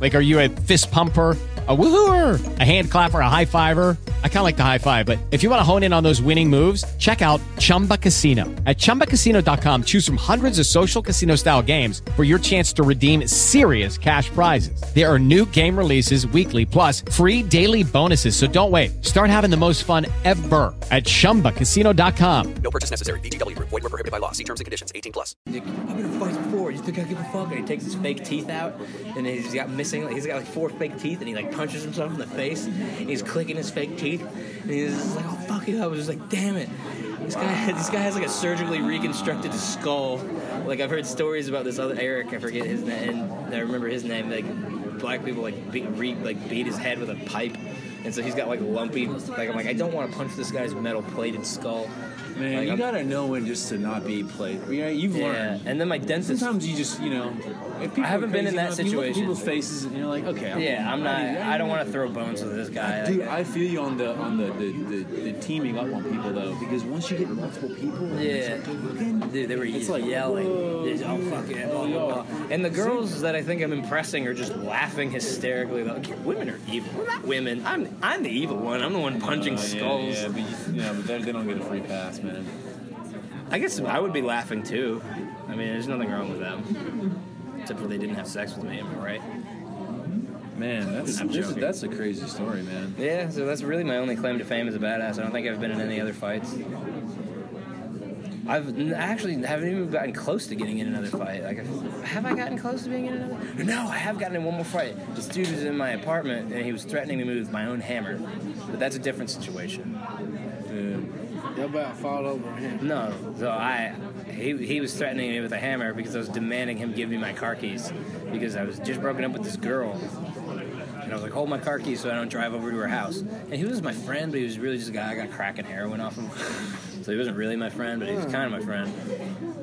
Like, are you a fist pumper? A woohooer, a hand clapper, a high fiver. I kind of like the high five, but if you want to hone in on those winning moves, check out Chumba Casino. At chumbacasino.com, choose from hundreds of social casino style games for your chance to redeem serious cash prizes. There are new game releases weekly, plus free daily bonuses. So don't wait. Start having the most fun ever at chumbacasino.com. No purchase necessary. BGW. Void were prohibited by law. See terms and conditions. 18 plus. Like, I'm gonna fight for it. You think I give a fuck? And he takes his fake teeth out, and he's got missing. Like, he's got like four fake teeth, and he like punches himself in the face. And he's clicking his fake teeth, and he's just like, "Oh fuck it!" I was just like, "Damn it!" This guy, this guy has like a surgically reconstructed skull. Like I've heard stories about this other Eric. I forget his name. And I remember his name. Like black people like beat, re, like beat his head with a pipe, and so he's got like lumpy. Like I'm like, I don't want to punch this guy's metal plated skull. Man, Like, you I'm- gotta know when just to not be played. You know, you've Yeah, learned. and then my dentist. Sometimes you just, you know, if people I haven't are been crazy in that enough, You look at situation. people's faces, and you're like, okay. I'm, Yeah, I'm not. I don't want to throw bones with this guy. Dude, Like, I feel you on the on the the, the, the teaming up on people though, Oh, because once you get multiple people, and it's Yeah. like, "Hey, fucking-" Dude, they were it's like yelling. whoa, Just, oh, fuck it. Blah, blah, blah. And the girls that I think I'm impressing are just laughing hysterically. Like, women are evil. We're not women. I'm I'm the evil one. I'm the one punching Uh, yeah, skulls. Yeah, but, you, yeah, but they, they don't get a free pass, man. I guess I would be laughing too. I mean, there's nothing wrong with them. Except for they didn't have sex with me, am I right? Man, that's I'm this is- joking. that's a crazy story, man. Yeah, so that's really my only claim to fame as a badass. I don't think I've been in any other fights. I've n- actually haven't even gotten close to getting in another fight. Like, I've- have I gotten close to being in another? No, I have gotten in one more fight. This dude was in my apartment and he was threatening me with my own hammer, but that's a different situation. Your about fall over him. No, so I he, he was threatening me with a hammer because I was demanding him give me my car keys because I was just broken up with this girl. And I was like, hold my car keys so I don't drive over to her house. And he was my friend, but he was really just a guy I got crack and heroin off him. So he wasn't really my friend, but he was kind of my friend.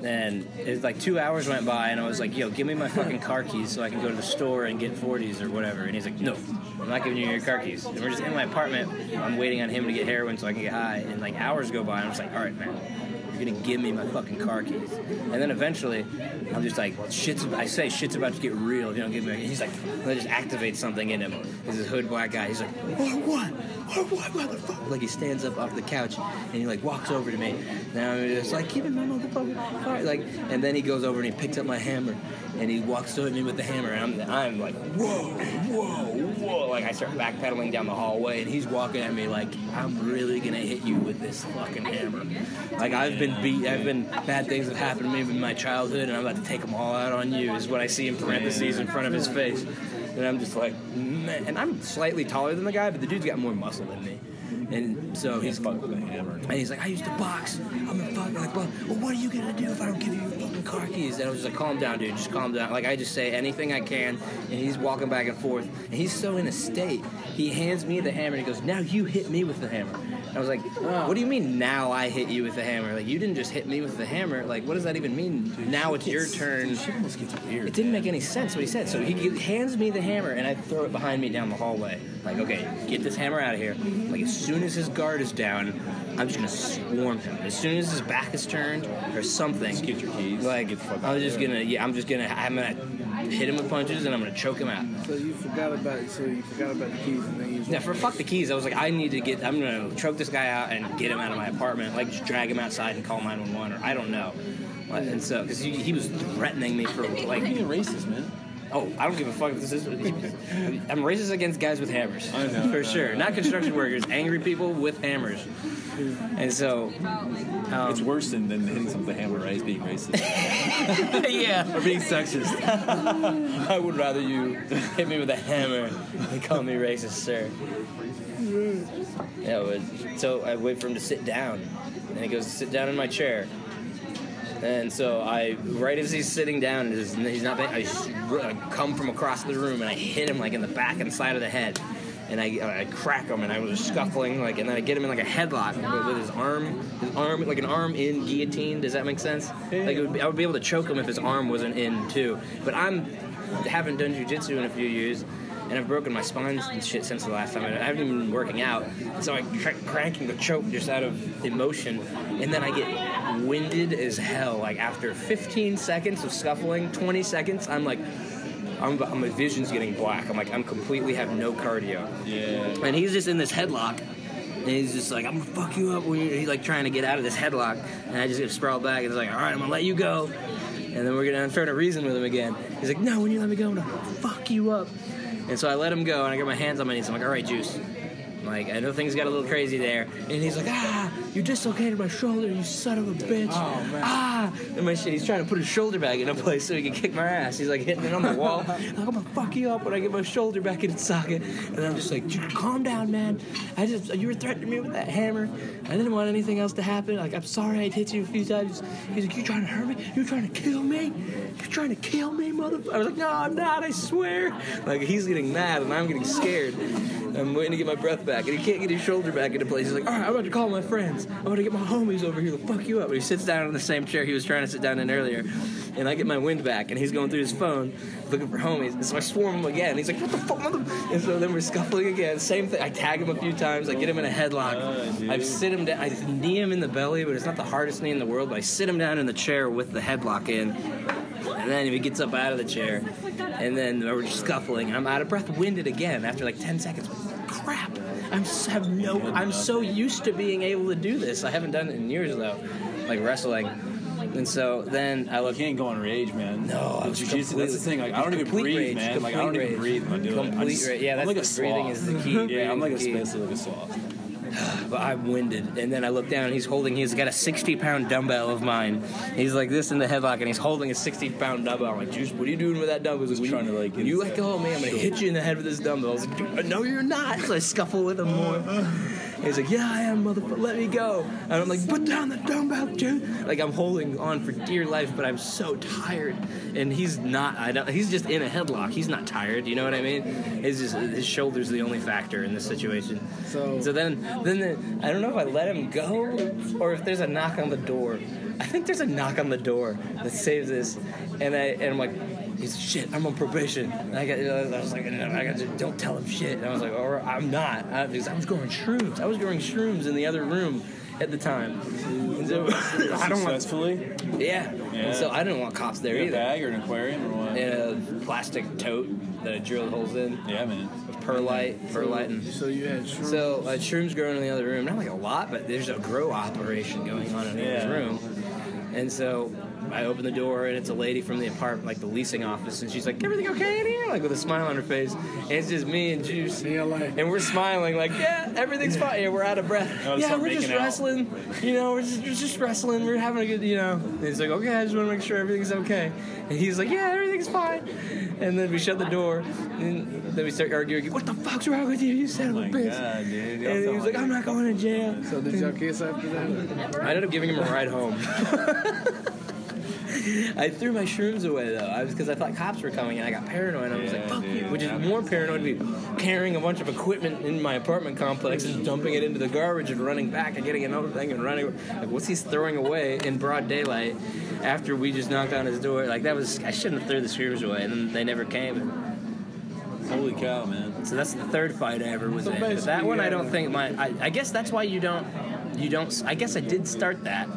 And it's like two hours went by, and I was like, yo, give me my fucking car keys so I can go to the store and get 40s or whatever. And he's like, no, I'm not giving you your car keys. And we're just in my apartment. I'm waiting on him to get heroin so I can get high. And like hours go by, and I'm just like, all right, man, you're gonna give me my fucking car keys. And then eventually, I'm just like, shit's. I say shit's about to get real. If you don't give me, and he's like, and I just activate something in him. He's this hood black guy. He's like, or what? Or what, motherfucker? Like he stands up off the couch and he like walks over to me. And I'm just like, give me my motherfucking car. Like, and then he goes over and he picks up my hammer and he walks to me with the hammer. And I'm, I'm like, whoa, whoa, whoa. Like I start backpedaling down the hallway and he's walking at me like, I'm really gonna hit you with this fucking hammer. Like I've been beat, I've been bad things have happened to me in my childhood, and I'm about to take them all out on you. Is what I see in parentheses in front of his face, and I'm just like, man. And I'm slightly taller than the guy, but the dude's got more muscle than me. And so he's Fuck with a hammer. and he's like, I used to box. I'm a fucking like, well, well, what are you gonna do if I don't give you your fucking car keys? And I was just like, calm down, dude. Just calm down. Like I just say anything I can, and he's walking back and forth, and he's so in a state. He hands me the hammer, and he goes, now you hit me with the hammer. And I was like, Oh. what do you mean now I hit you with the hammer? Like you didn't just hit me with the hammer. Like what does that even mean? now it's your turn. Shit almost gets weird. It didn't man. make any sense what he said. So he g- hands me the hammer, and I throw it behind me down the hallway. Like, okay, get this hammer out of here. Like, as soon as his guard is down, I'm just gonna swarm him. As soon as his back is turned or something, Just get your keys. Like, Get the fuck out I'm of just there. gonna, yeah, I'm just gonna, I'm gonna hit him with punches, and I'm gonna choke him out. So you forgot about so you forgot about the keys and then you. Yeah, for fuck the keys, I was like, I need to get, I'm gonna choke this guy out and get him out of my apartment, like just drag him outside and call 911, or I don't know. Like, And so, because he, he was threatening me for like You're being racist, man. Oh, I don't give a fuck if this is. I'm racist against guys with hammers. I know, For I know, sure. I know. Not construction workers, angry people with hammers. And so, Um, it's worse than, than hitting something with a hammer, right? It's being racist yeah, or being sexist. I would rather you hit me with a hammer than call me racist, sir. Yeah, but, so I wait for him to sit down, and he goes, "Sit down in my chair." And so I, right as he's sitting down, and he's- he's not. I s- I come from across the room and I hit him like in the back and side of the head, and I, I crack him, and I was scuffling like, and then I get him in like a headlock with, with his arm, his arm like an arm in guillotine. Does that make sense? Like it would be, I would be able to choke him if his arm wasn't in too. But I'm haven't done jujitsu in a few years. and I've broken my spines and shit since the last time. I I haven't even been working out, so I cr- cranking the choke just out of emotion, and then I get winded as hell. Like after 15 seconds of scuffling, 20 seconds, I'm like. I'm, my vision's getting black. I'm like, I'm completely have no cardio. Yeah. And he's just in this headlock, and he's just like, I'm gonna fuck you up. When you he's like trying to get out of this headlock, and I just get sprawled back. And he's like, all right, I'm gonna let you go. And then we're gonna I'm trying to reason with him again. He's like, no, when you let me go, I'm gonna fuck you up. And so I let him go, and I got my hands on my knees. I'm like, all right, juice. I'm Like I know things got a little crazy there, and he's like, "Ah, you dislocated my shoulder, you son of a bitch!" Oh, man. Ah, and my shit. He's trying to put his shoulder back in a place so he can kick my ass. He's like hitting it on the wall. I'm like, I'm gonna fuck you up when I get my shoulder back in its socket. And I'm just like, "Dude, calm down, man. I just you were threatening me with that hammer. I didn't want anything else to happen. Like I'm sorry I hit you a few times. He's like, you trying to hurt me? You trying to kill me? You trying to kill me, motherfucker? I was like, no, I'm not. I swear. Like he's getting mad and I'm getting scared. I'm waiting to get my breath back, and he can't get his shoulder back into place. He's like, "All right, I'm about to call my friends. I'm about to get my homies over here to fuck you up." And he sits down on the same chair he was trying to sit down in earlier, and I get my wind back, and he's going through his phone looking for homies. And so I swarm him again. He's like, "What the fuck?" Mother-? And so then we're scuffling again. Same thing. I tag him a few times. I get him in a headlock. I sit him down. I knee him in the belly, but it's not the hardest knee in the world. But I sit him down in the chair with the headlock in, and then he gets up out of the chair, and then we're just scuffling. I'm out of breath, winded again after like 10 seconds. Crap! I'm s- have no. I'm so used to being able to do this. I haven't done it in years though, like wrestling. And so then I I look. can't go on rage, man. No, With it's jiu-jitsu, that's completely- the thing. Like, I don't even complete breathe, rage, man. Like I don't complete rage. even breathe when I do it. I Complete just- rage. Yeah, I'm that's- like a breathing sloth. is the key. yeah, I'm Breathing's like a the key. basically like a sloth. But I'm winded, and then I look down, and he's holding. He's got a 60-pound dumbbell of mine. He's like this in the headlock, and he's holding a 60-pound dumbbell. I'm like, Juice, what are you doing with that dumbbell? He's like, trying to, like, get you his- let go of me, I'm gonna hit you in the head with this dumbbell. I was like, Dude, no, you're not. So I scuffle with him more. He's like, yeah, I am, motherfucker. Let me go. And I'm like, put down the dumbbell, dude. Like I'm holding on for dear life, but I'm so tired. And he's not. I don't. He's just in a headlock. He's not tired. You know what I mean? It's just his shoulders the only factor in this situation. So- so then, then the, I don't know if I let him go or if there's a knock on the door. I think there's a knock on the door that saves this, and I and I'm like, he's shit. I'm on probation. And I got, I was like, I got to, don't tell him shit. And I was like, or I'm not, I, because I was going shrooms. I was going shrooms in the other room at the time. And so I don't want, Successfully? yeah. And so I didn't want cops there You got a either. bag or an aquarium or what? In a plastic tote that I drilled holes in, Yeah, man. perlite, perlite, and So you had shrimp. so uh, shrooms growing in the other room, not like a lot, but there's a grow operation going on in the Yeah. other room. And so I open the door, and it's a lady from the apartment, like the leasing office, and she's like, "Everything okay in here?" Like with a smile on her face. And it's just me and Juice, Yeah, like- and we're smiling, like, "Yeah, everything's fine." Yeah, we're out of breath. Oh, yeah, stop we're just making out. wrestling. You know, we're just, we're just wrestling. We're having a good, you know. And he's like, "Okay, I just want to make sure everything's okay." And he's like, "Yeah, everything's fine." And then we shut the door, and then we start arguing. What the fuck's wrong with you? You son of a my bitch! God, ah, dude. Y'all And he sound was like, like- "I'm not going to jail." So did y'all kiss after that? I ended up giving him a ride home. I threw my shrooms away though, I was because I thought cops were coming, and I got paranoid. I was like, Yeah, "Fuck dude, you," which is that more paranoid to be carrying a bunch of equipment in my apartment complex and dumping it into the garbage and running back and getting another thing and running. Like, what's he throwing away in broad daylight? After we just knocked on his door, like that was I shouldn't have threw the shrooms away, and then they never came. Holy cow, man. So that's the third fight I ever was So in. But that basically, one I yeah. don't think my. I, I guess that's why you don't. You don't. I guess I did start that.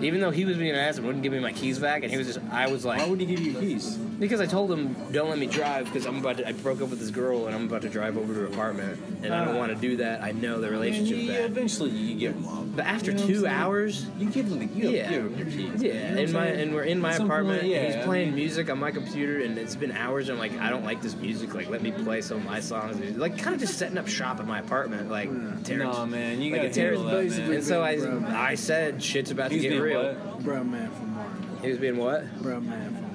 Even though he was being an ass and wouldn't give me my keys back, and he was just, I was Why like, would he give you keys? because I told him, don't let me drive, because I'm about to, I broke up with this girl and I'm about to drive over to her apartment, and I don't want to do that. I know the And relationship's Ah. you- bad. eventually you give them up. But after You know what two I'm saying? hours, You give them the you yeah, give them your keys. You know yeah, in what I'm my saying? and we're in my At some apartment. point, and yeah, he's I playing mean- music on my computer, and it's been hours. And I'm like, I don't like this music. Like, let me play some of my songs. Like, kind of just setting up shop in my apartment. Like, terrorist- Nah, man, you like gotta a terrorist- handle that, basically- man. And so I, Bro. I said, shit's about He's to get being real. what? Bro man from Martin. He was being what? Bro man from Martin.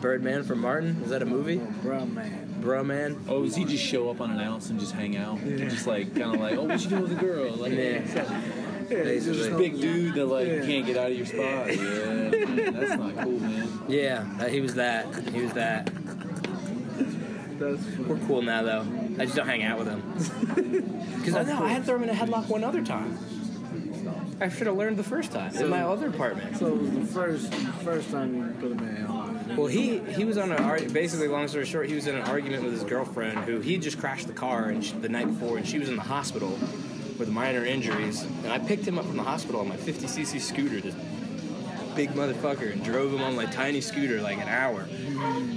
Birdman from Martin? Is that a movie? Bro man. Bro, man. Oh, does he just show up unannounced and just hang out? Yeah. Just like kind of like, oh, what you doing with the girl? Like, Yeah. Just Basically. big dude that like Yeah. can't get out of your spot. Yeah, man, that's not cool, man. Yeah, uh, he was that. He was that. That's funny. We're cool now, though. I just don't hang out with him. Because I know I had to throw him in a headlock one other time. I should have learned the first time in my other apartment. So it was the first first time you put a man on. Well, he he was on a ar- basically long story short, he was in an argument with his girlfriend who he just crashed the car and sh the night before, and she was in the hospital with minor injuries, and I picked him up from the hospital on my 50cc scooter, this big motherfucker, and drove him on my tiny scooter like an hour,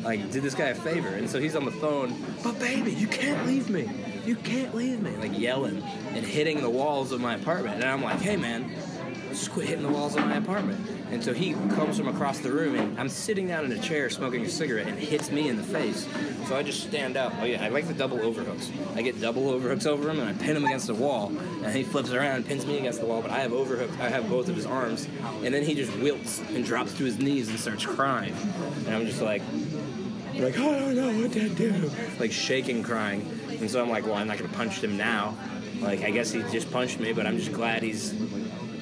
like did this guy a favor, and so he's on the phone, but baby, you can't leave me, you can't leave me, like yelling and hitting the walls of my apartment, and I'm like, hey man, just quit hitting the walls of my apartment. And so he comes from across the room, and I'm sitting down in a chair smoking a cigarette, and hits me in the face. So I just stand up. Oh yeah, I like the double overhooks. I get double overhooks over him, and I pin him against the wall. And he flips around and pins me against the wall, but I have overhooks. I have both of his arms, and then he just wilts and drops to his knees and starts crying. And I'm just like, like, I don't know what to do. Like shaking, crying. And so I'm like, well, I'm not gonna punch him now. Like, I guess he just punched me, but I'm just glad he's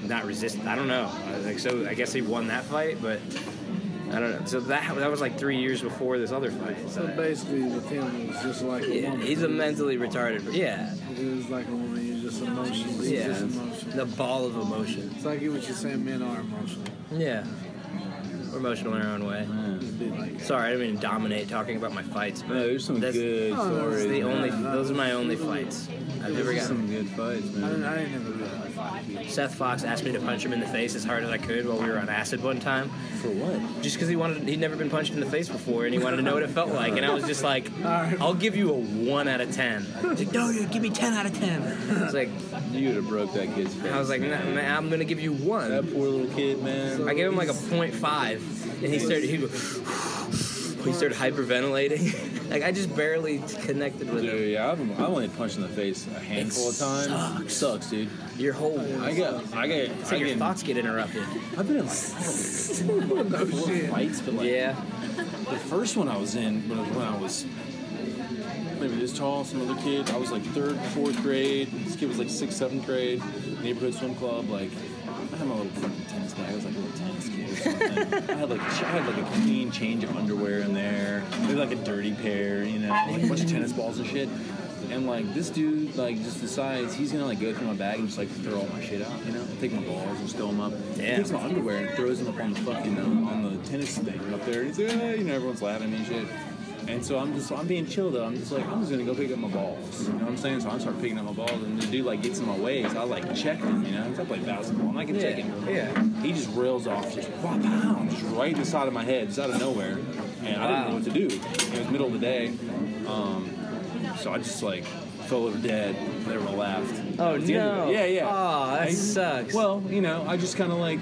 not resisting. I don't know. I was like, so I guess he won that fight, but I don't know. So that that was like three years before this other fight. So So basically, with him, it was just like a yeah, woman. he's a mentally retarded. Yeah, It was like a woman. You're just emotional. He's yeah, just the emotional. ball of emotion. So I get what you're saying. Men are emotional. Yeah, we're emotional in our own way. Sorry, I didn't mean to dominate talking about my fights, but No, there's some that's, good Oh, no, stories. it's That's the only. man. Those are my only fights I've ever There's gotten. some good fights, I man. didn't, I didn't ever really fight. Seth Fox asked me to punch him in the face as hard as I could while we were on acid one time, For what? just because he wanted he'd never been punched in the face before and he wanted to know what it felt like. And I was just like, I'll give you a one out of ten. He's like, no, you give me ten out of ten. I was like, You'd have broke that kid's face. I was like, nah, man, I'm gonna give you that one. poor little kid, man. I gave him like a point five, and he started he, go, he started hyperventilating. like I just barely connected with him. Dude, yeah, I've, I've only been punched in the face a handful of times. sucks. Sucks, dude. Your whole I got, I got, it's I like your get, thoughts get interrupted. I've been in like, like four fights, but like Oh, Yeah. the first one I was in when, when I was maybe this tall, some other kid. I was like third, fourth grade. This kid was like sixth, seventh grade. Neighborhood swim club. Like I had my little fucking tennis bag. I was like a little tennis kid. Or something. I had like ch- I had like a clean change of underwear in there. Maybe like a dirty pair. You know, like a bunch of tennis balls and shit. And like this dude, like just decides he's gonna like go through my bag and just like throw all my shit out, you know, take my balls and just throw them up. He Damn. takes my underwear and throws them up on the fucking um, on the tennis thing up there. And he's like, "Ah," you know, everyone's laughing and shit. And so I'm just, I'm being chill though. I'm just like, I'm just gonna go pick up my balls. You know what I'm saying? So I start picking up my balls, and the dude like gets in my way, so I like check him. You know, 'cause I play basketball, and I can check him. Yeah. He just rails off, just whop, pow, just right in the side of my head, just out of nowhere. And I didn't know what to do. It was middle of the day. Um, so I just like fell over dead. Everyone laughed. Oh, It's the end of no. it. Yeah, yeah. Aw, that I- sucks. Well, you know, I just kind of like,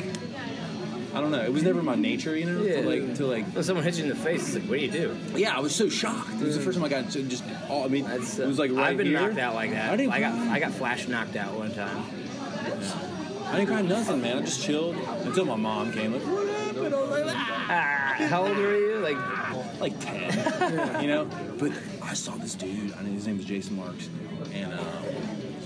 I don't know. It was never my nature, you know, Yeah. to like to like. When someone hits you in the face, it's like, what do you do? Yeah, I was so shocked. It was the first time I got to just. Oh, I mean, That's, uh, it was like right I've been here. knocked out like that. I I, didn't. got I got flash knocked out one time. I didn't cry nothing, man. I just chilled until my mom came. Like, what happened? I was like, "Ah." Ah, how old were you? Like like 10, you know? But I saw this dude, I think his name was Jason Marks, and uh,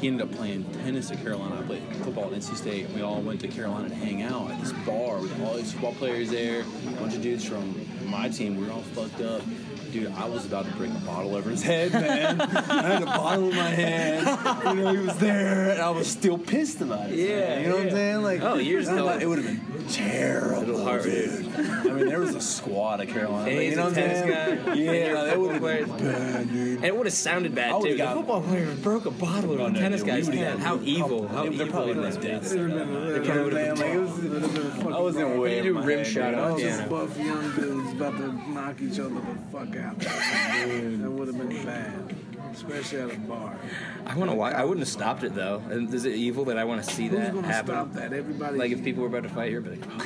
he ended up playing tennis at Carolina. I played football at NC State, and we all went to Carolina to hang out at this bar with all these football players there, a bunch of dudes from my team. We were all fucked up. Dude, I was about to break a bottle over his head, man. I had a bottle in my hand. You know, he was there, and I was still pissed about it. man. Yeah, you know what I'm yeah. saying? Like, Oh, years I'm ago. like, it would have been terrible, hard. dude. I mean, there was a squad at Carolina. And Like, he's you know a what I'm tennis saying? guy. And Yeah, you're a that would have football been player. bad, dude. and it would have sounded I bad would've too. got- the football player broke a bottle in Oh, a no, tennis dude, we guy's would've hand. got- How evil! How They're evil! probably it in is. his death. It would've been- it probably would've been would've been like, it was- it would've been fucking I wasn't bad. aware. do of my rim head, shot dude. on I I was was just- just buff Oh, young dudes about to knock each other the fuck out. that would have been bad, especially at a bar. I want to watch. I wouldn't have stopped it though. And is it evil that I want to see Who's that gonna happen? stop that? Everybody, Like if people were about to fight here, but like, "Oh,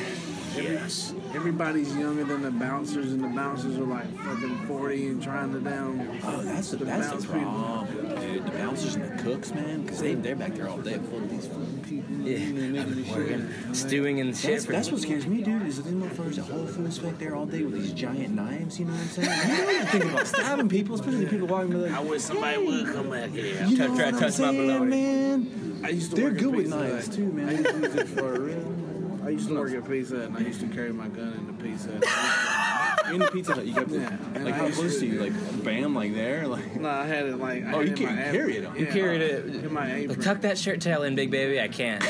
yes. everybody's younger than the bouncers, and the bouncers are like fucking forty and trying to down. Oh, that's the, The that's bounce the people. problem, dude. The bouncers and the cooks, man, because they, they're back there all day. full of these fucking people. Working, stewing in shit. That's, for- that's what scares me, dude, is that these motherfuckers at Whole Foods back there all day with these giant knives, you know what I'm saying? You know you're thinking about stabbing people, especially people walking by like, I wish somebody would come back here. you Try- try know what to I'm touch my saying, baloney. man? I used to They're work good at with Pizza knives, Hut. too, man. I used to use it for a real. I used to work at Pizza Hut, and I used to carry my gun in the Pizza Hut. in the Pizza Hut. You got the, Yeah, and like I how used close to- do you like bam like there like No, I had it like. I Oh, had you it in can't my carry apron. it. You Yeah, uh, carried it- in my apron. Like, tuck that shirt tail in, big baby. I can't.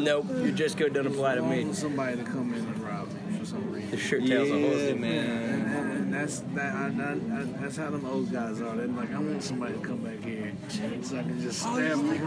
nope, your dress code doesn't apply to I me. want somebody to come in and rob me for some reason. The shirt tail's a Yeah, whole And, man. and, and that's that. I, I, I, that's how them old guys are. They're like, I want somebody to come back here so I can just stab them right.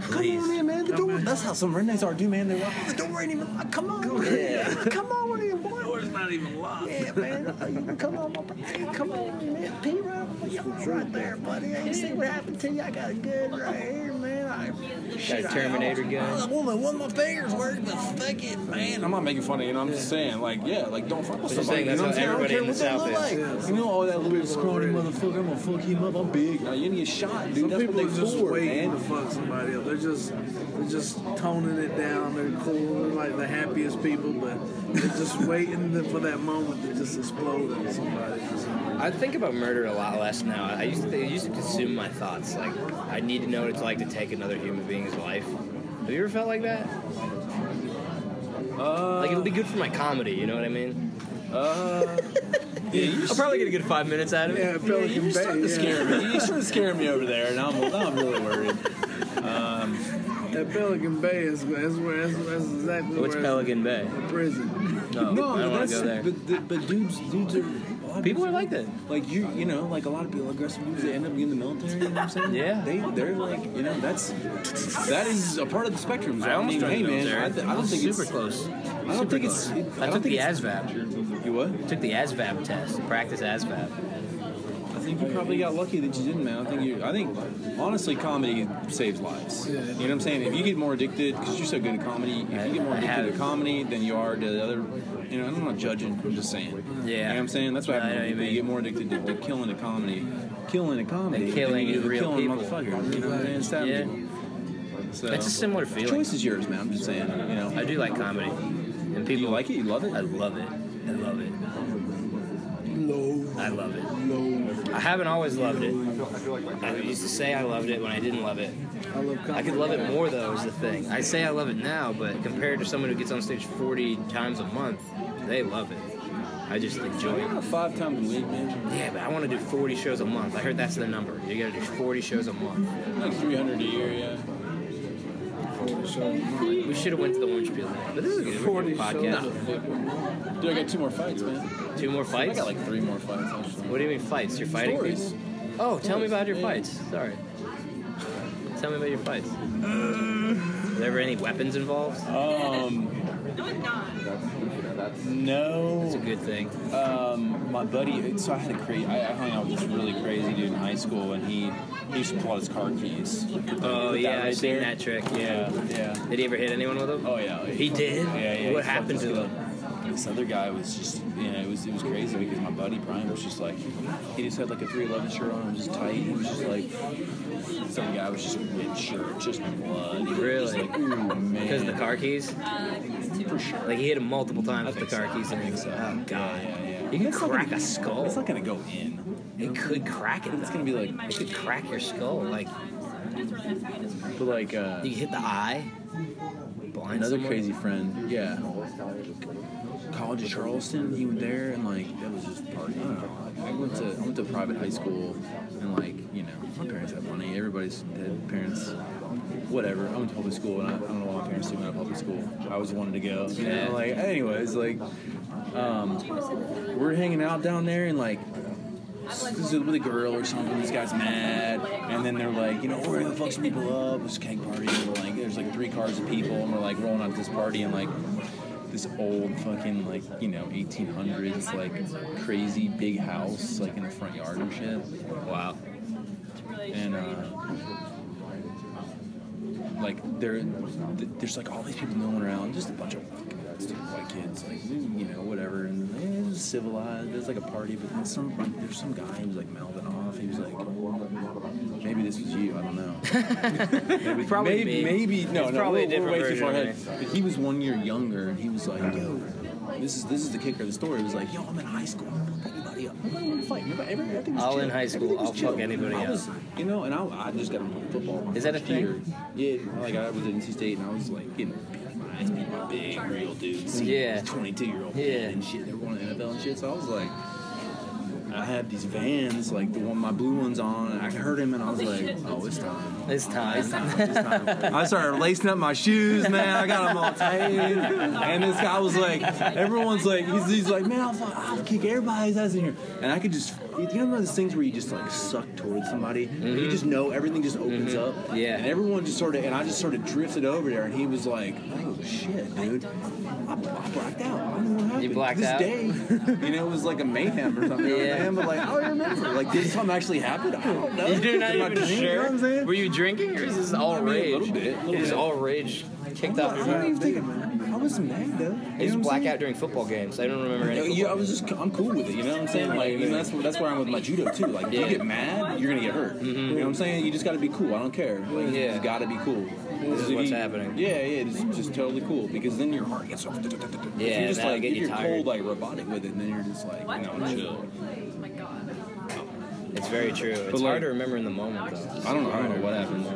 Come on Please. in, man. The Yeah, door. man. That's how some rednecks are, dude, man. They walk. The door ain't even locked. Come on, man. Come on, what do you want? Door's not even locked. Yeah, man. Come on, my bro. Hey, come on, man. P Rob, y'all right there, buddy. Hey, see what happened to you? I got good right here, man. I, shit, I- Terminator gun. I, well, one of my fingers worked, but fuck it, man. I'm not making fun of you. You know, I'm just saying, like, yeah, like, don't fuck with just somebody. saying that's you know how what I'm everybody saying? I don't care in the what they South look like. You know, all that little scrawny motherfucker. I'm gonna fuck him up. I'm big. Now you need a shot, dude. Some that's people what are they just for, waiting to man. fuck somebody up. They're just they're just toning it down. They're cool, they're like the happiest people, but they're just waiting to- for that moment to just explode on somebody. I think about murder a lot less now. I used to think, it used to consume my thoughts. Like I need to know what it's like to take another human being's life. Have you ever felt like that? Uh, like it'll be good for my comedy. You know what I mean? Yeah, you I'll probably get a good five minutes out of it. Yeah, Pelican you Bay. started to scare me. You started scaring me over there, and I'm, now I'm really worried. That Pelican Bay is that's where that's, that's exactly What's where Pelican Bay? it's prison. No, Oh, I don't want to go there. But, but, but dudes, dudes are. a lot People of dudes- are like that. Like you, you know, like a lot of people, aggressive dudes, they end up in the military. You know what I'm saying? Yeah. They, they're like, you know, that's that is a part of the spectrum. So, I almost mean, joined hey, the man, military. I, th- I don't think super it's. close. I don't think it's. it- I, don't took think the it's- ASVAB. You what? Took the ASVAB test. Practice ASVAB. I think you probably got lucky that you didn't, man. I think you. I think honestly, comedy saves lives. You know what I'm saying? If you get more addicted, because you're so good at comedy, if you get more I addicted have. to comedy than you are to the other, you know, I'm not judging. I'm just saying. You know Yeah. what I'm saying? That's what No, I happens. know when what you people. You mean. get more addicted to like, killing a comedy, killing a comedy, And killing than you do to real killing people. motherfuckers. You know what I'm saying? Stabbing Yeah. people. So, It's a similar feeling. Choice is yours, man. I'm just saying. You know. I do like comedy, and you people like it? You love it? I love it. I love it. Low, I love it. low. I haven't always loved it. I used to say I loved it when I didn't love it. I love comedy. I could love it more though is the thing. I say I love it now, but compared to someone who gets on stage 40 times a month, they love it. I just enjoy Yeah, it. Five times a week, man. Yeah, but I want to do 40 shows a month. I heard that's the number. You got to do 40 shows a month. Like 300 a year, yeah. We should have went to the Orange Peel. Night. But this is a good 40 podcast. Dude, I got two more fights, man. Two more I fights. got like three more fights. Actually. What do you mean fights? You're fighting Stories. people? Oh, tell me Stories, about your yeah. fights. Sorry. Tell me about your fights. Were there ever any weapons involved? It's a No, um, good thing. my buddy. So I had a crazy. I, I hung out with this really crazy dude in high school, and he he used to pull out his car keys. Oh Put that yeah, right I've seen there. that trick. Yeah, yeah. Did he ever hit anyone with them? Oh yeah. He did. Yeah, yeah. What he happened to fucked us them? up. This other guy was just, you know, it was it was crazy because my buddy Brian was just like, he just had like a 311 shirt on, it was just tight. He was just like, some guy was just in shirt, just blood. He was just Really? like, ooh man. Because of the car keys? for sure. Like he hit him multiple times I with the think car so. keys. I And think he's so. like, oh god, Yeah, yeah, yeah. you could crack a It's skull. not gonna go in. It could crack it. It's though. gonna be like, It could crack your skull. Like but like uh, you hit the eye. Blind another someone. crazy friend. Yeah. College of Charleston. He went there and like that was just party. I don't know. Like, I went to I went to a private high school and like you know my parents had money. Everybody's had parents. Whatever. I went to public school and I, I don't know why my parents took me to public school. I always wanted to go. You know, Yeah. like anyways, like um, we're hanging out down there and like this is with a girl or something. This guy's mad, and then they're like, you know, we're gonna fuck some people up. It's a keg party. And we're like, there's like three cars of people, and we're like rolling out to this party, and like this old fucking like you know 1800s like crazy big house like in the front yard and shit. Wow. and uh, like there, th- there's like all these people milling around, just a bunch of fucking stupid white kids, like you know whatever, and eh, it was civilized. There's like a party, but then some like, there's some guy who was like mouthing off. He was like, maybe this was you, I don't know. maybe, Probably me. maybe, maybe no, It's no, probably a we're- we're different way too far version ahead. of But he was one year younger, and he was like, yo, this is this is the kicker of the story. It was like, yo, I'm in high school. I'm gonna fuck everybody up. Nobody wanted to fight. Nobody, every, everything was All in chill. high school, Everything was I'll chill. fuck anybody I up. was- you know, and I, I just got into football. my Is that a first year. Yeah, like I was at NC State and I was like getting beat my ass beat by big real dudes. Yeah. Twenty-two year old. Yeah. And shit, they were going to NFL and shit. So I was like, I had these vans, like the one my blue ones on. And I heard him, and I was like, oh, it's time. It's time. I started lacing up my shoes, man. I got them all tight. And this guy was like, everyone's like, he's, he's like, man, I'll, fuck- I'll kick everybody's ass in here. And I could just, you know, one of those things where you just like suck towards somebody. And Mm-hmm. you just know everything just opens up. Yeah. And everyone just sort of, and I just sort of drifted over there, and he was like, oh shit, dude. I, I blacked out. I don't know what happened. blacked this out? day, you know, it was like a mayhem or something. you know what I'm Yeah. saying? But like, I don't remember. Like, did something actually happen? I don't know. You do not Did my even dream, You know what share. I'm saying? Were you drinking or is this all I mean, a rage? little bit, a little it is bit. all rage kicked No, off I your don't mind. even think I was mad though. I used to black out during football games. I don't remember any. Yeah, I football was just I'm cool with it. You know what I'm saying? Like you know, that's that's where I'm with my judo too. Like if you Yeah. get mad, you're gonna get hurt. You know what I'm saying? You just gotta be cool. I don't care. Like, you Yeah. just gotta be cool. This is what's happening. Yeah, yeah, it's just totally cool because then your heart gets off. Yeah, you're just that'll like get if you you're tired. cold like robotic with it, and then you're just like you know chill. games. It's very true. It's like- hard to remember in the moment though. I don't know, I don't know what happened.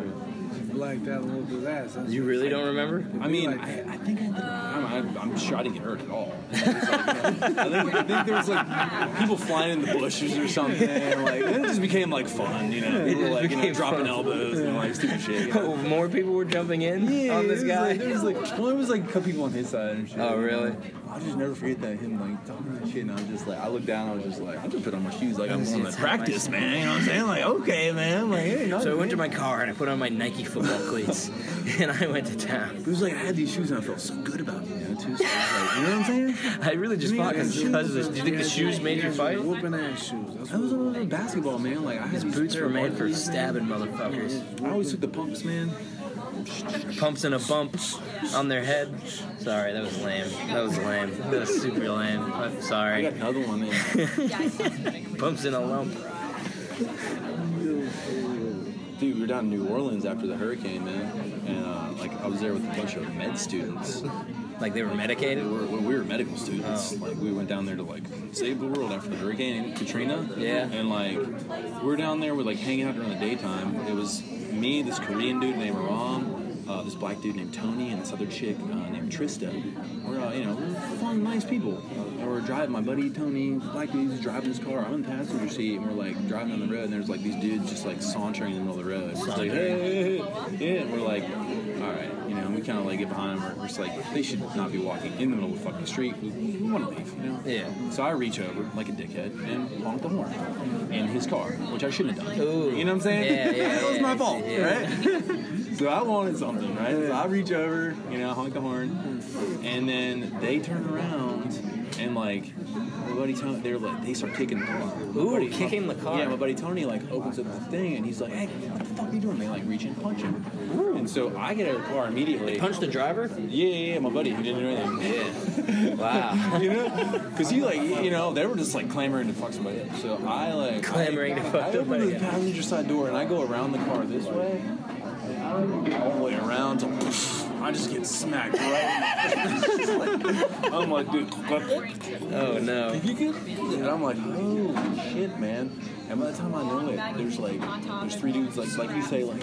blacked out a little bit ass. That's You really don't remember? I mean, I, I think I, did- I'm, I, I'm sure I didn't get hurt at all. It's like, you know, I, think, I think there was like people flying in the bushes or something. Like it just became like fun, you know. People were like you know, became dropping fun. elbows and like stupid shit. You know? Oh, more people were jumping in on this guy. There was like, well, there was like a couple people on his side and shit. Oh, really? I'll just never forget that him like talking that shit, and I'm just like, I looked down, I was just like, I just put on my shoes, like I'm going to practice, man. You know what I'm saying? Like, okay, man. Like, hey, no, So I went to man. my car and I put on my Nike football cleats and I went to town. It was like I had these shoes and I felt so good about them, you know, too. So I was like, you know what I'm saying? I really just fought because of this. Do you think the shoes made you fight? Whooping ass shoes. That's That what was all over basketball, man. Like I had His these boots pair were of made for Barclays. stabbing motherfuckers. I always took the pumps, man. Pumps and a bump on their head. Sorry, that was lame. That was lame. That was super lame. I'm I got sorry. another one, man. Bumps and a lump. Dude, we were down in New Orleans after the hurricane, man. And uh, like I was there with a bunch of med students. Like they were We medicated? were, we were medical students. Oh. Like we went down there to like save the world after the hurricane Katrina. Yeah. And like we were down there, we're like hanging out during the daytime. It was me, this Korean dude named Ram, uh, this black dude named Tony, and this other chick uh, named Trista. We're uh, you know we're fun, nice people. Uh, and we're driving. My buddy Tony, black dude, he's driving his car. I'm in the passenger seat, and we're like driving down the road, and there's like these dudes just like sauntering in the middle of the road. It's like, hey, hey, hey, hey. Yeah, and we're like, all right, you know, and we kind of like get behind them. We're just like, they should not be walking in the middle of the fucking street. We, we want to leave, you know? Yeah. So I reach over like a dickhead and honk the horn in his car, which I shouldn't have done. Ooh. You know what I'm saying? Yeah, yeah, it was yeah. my fault, Yeah. right? so I wanted something, right? So I reach over, you know, honk the horn, and then they turn around and like, my buddy Tony, they're like, they start kicking the car. My Ooh, buddy- kicking the car. Yeah, my buddy Tony like opens up the thing and he's like, hey, what the fuck are you doing? They like reach in, and punch him, and so I get out of the car immediately. Punch the driver? Yeah, yeah, yeah, my buddy who didn't do anything Yeah. Wow. you know, because he like you know they were just like clamoring to fuck somebody up. So I like Clamoring to fuck I somebody open the up. passenger side door and I go around the car this way. and I don't get All the way around, to, I just get smacked right. in the- I'm like, dude, Oh no. if you could, and I'm like, holy shit, man. And by the time I know it, there's like, there's three dudes like, like you say, like,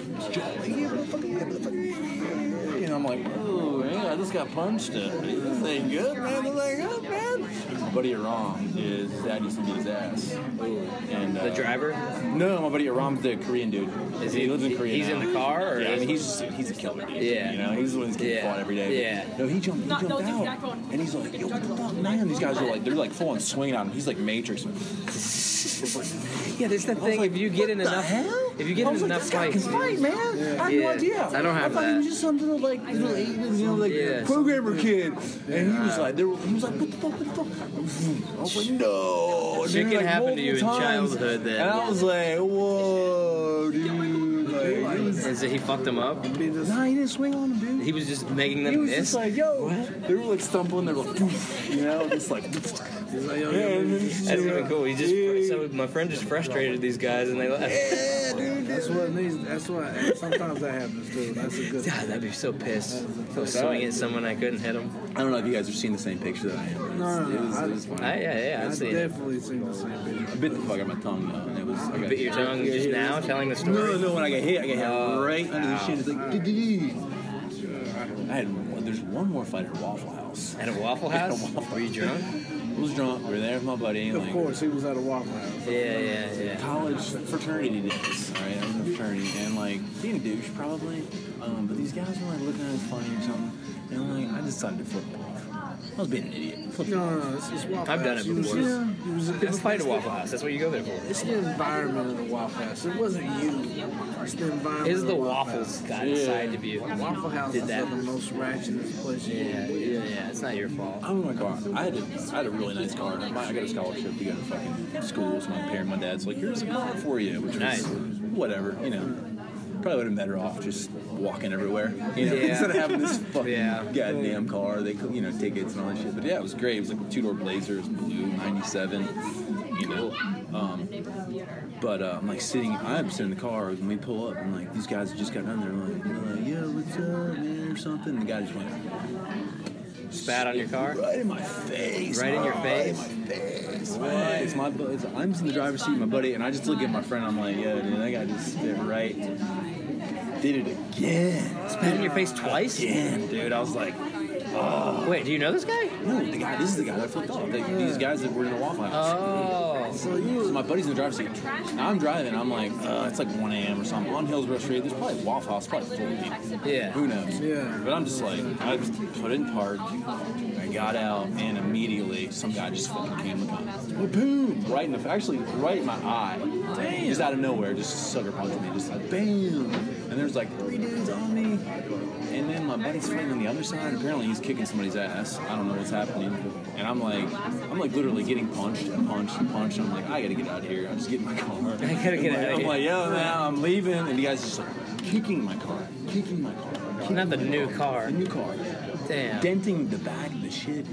and I'm like, oh man, I just got punched. Uh, Up. This ain't good, man. This ain't good, man. Buddy Aram is his dad used to beat his ass. And uh, The driver? No, my buddy Aram's the Korean dude. Is he- lives in Korea? he's now. in the car, or yeah, I is- mean, he's he's a killer dude. Yeah. you know, he's the one that's getting Yeah. fought every day. Yeah. No, he jumped. He Not jumped those out, exact ones. and he's like, yo, what the fuck, man? These guys are like, they're like full on swinging at him. He's like Matrix. Yeah, that's the thing. If you get in enough, if you get I in was like, enough this guy fights, can fight, man. I had Yeah. no idea. I don't have I thought he that. was just some little like little Asian, you know, like Yeah. programmer kid. And he was like, there, were- he was like, what the fuck, what the fuck? I was like, no. And Shit then, can like, happen to you multiple in times. childhood then. And I was like, whoa, dude. Like, it was- is that he fucked them up? Nah, he didn't swing on him, dude. He was just making He them was just miss. like, yo. They were like stumbling. They were like, "Poof," you know, just like. He's like, yo, Yeah, yo, and then- That's even cool. He just Yeah. so my friend just frustrated these guys and they left. Yeah, dude. that's what needs. That's what. Sometimes that happens too. That's a good. God, I'd be so pissed. If I was swinging at someone, I couldn't hit them. I don't know if you guys have seen the same picture that I am. But No, no, it no, was, I- it was funny. I, yeah, yeah, I've I've seen it. definitely seen the same video. I bit the fuck out of my tongue though, and it was. I got Bit your tongue just now telling the story. No, no, when I got hit, I got hit Oh, right under the shin. It's like, "Dee, dee, dee." I had there's one more fight at Waffle House. At a Waffle House? Were you drunk? I was drunk. We were there with my buddy. Of like, course, he was at a Waffle House. Yeah, yeah, yeah. college fraternity days, right? I was in a fraternity, and like being a douche probably, um, but these guys were like looking at us funny or something, and like I decided to flip them off. I was being an idiot. Flip them No, no, no, it's just Waffle I've done House. it You was- before. yeah, you was- People it's- fight at Waffle House. That's what you go there for. It's the environment of the Waffle House. It wasn't you. It's the environment. Is of the Waffle waffles House. got Yeah. inside of you? Waffle House Did is that? the most ratchet place you Yeah, yeah, can get. yeah. It's not your fault. Oh my car. I had a, I had a really nice car. My, I got a scholarship to go to fucking school, so my parents, my dad's like, here's a car for you, which Nice. was whatever, you know. Probably would have been better off just walking everywhere, you know, Yeah. instead of having this fucking Yeah. goddamn car. They, could, you know, tickets and all that shit. But yeah, it was great. It was like a two-door Blazer, it was blue, '97, you know. Um, but uh, I'm like sitting, I'm sitting in the car when we pull up. I'm like, these guys have just got done there. I'm like, yo, what's up, man, or something. the guy just went Spat on your car? right in my face. Right in your face? Right in my face. It's my, bu- it's, I'm in the driver's seat, my buddy, and I just look at my friend. I'm like, yeah, dude, that guy just spit right. Did it again. Spat in your face twice? Again, dude. I was like, Wait, do you know this guy? no, the guy. This is the guy that flipped off. Like, These guys that were in the Waffle House. Oh. So you So my buddy's in the driver's seat. Now I'm driving. I'm like, uh, it's like 1 a.m. or something. On Hillsborough Street, there's probably a Waffle House, probably full of people. Yeah. Who knows? Yeah. But I'm just like, I just put in park. I got out, and immediately some guy just fucking came with me. Boom! Right in the, actually, right in my eye. Damn! Just out of nowhere, just sucker punched me. Just like, bam! And there's like three dudes on me. And then my buddy's fighting on the other side. Apparently, he's kicking somebody's ass. I don't know what's happening. And I'm like, I'm like literally getting punched and punched and punched. I'm like, I gotta get out of here. I just get in my car. I gotta get out of I'm here. like, yo, man, I'm leaving. And the guy's just like kicking my car, kicking my car. kicking Not the my new car. The new car. Damn. Denting the back of the shit.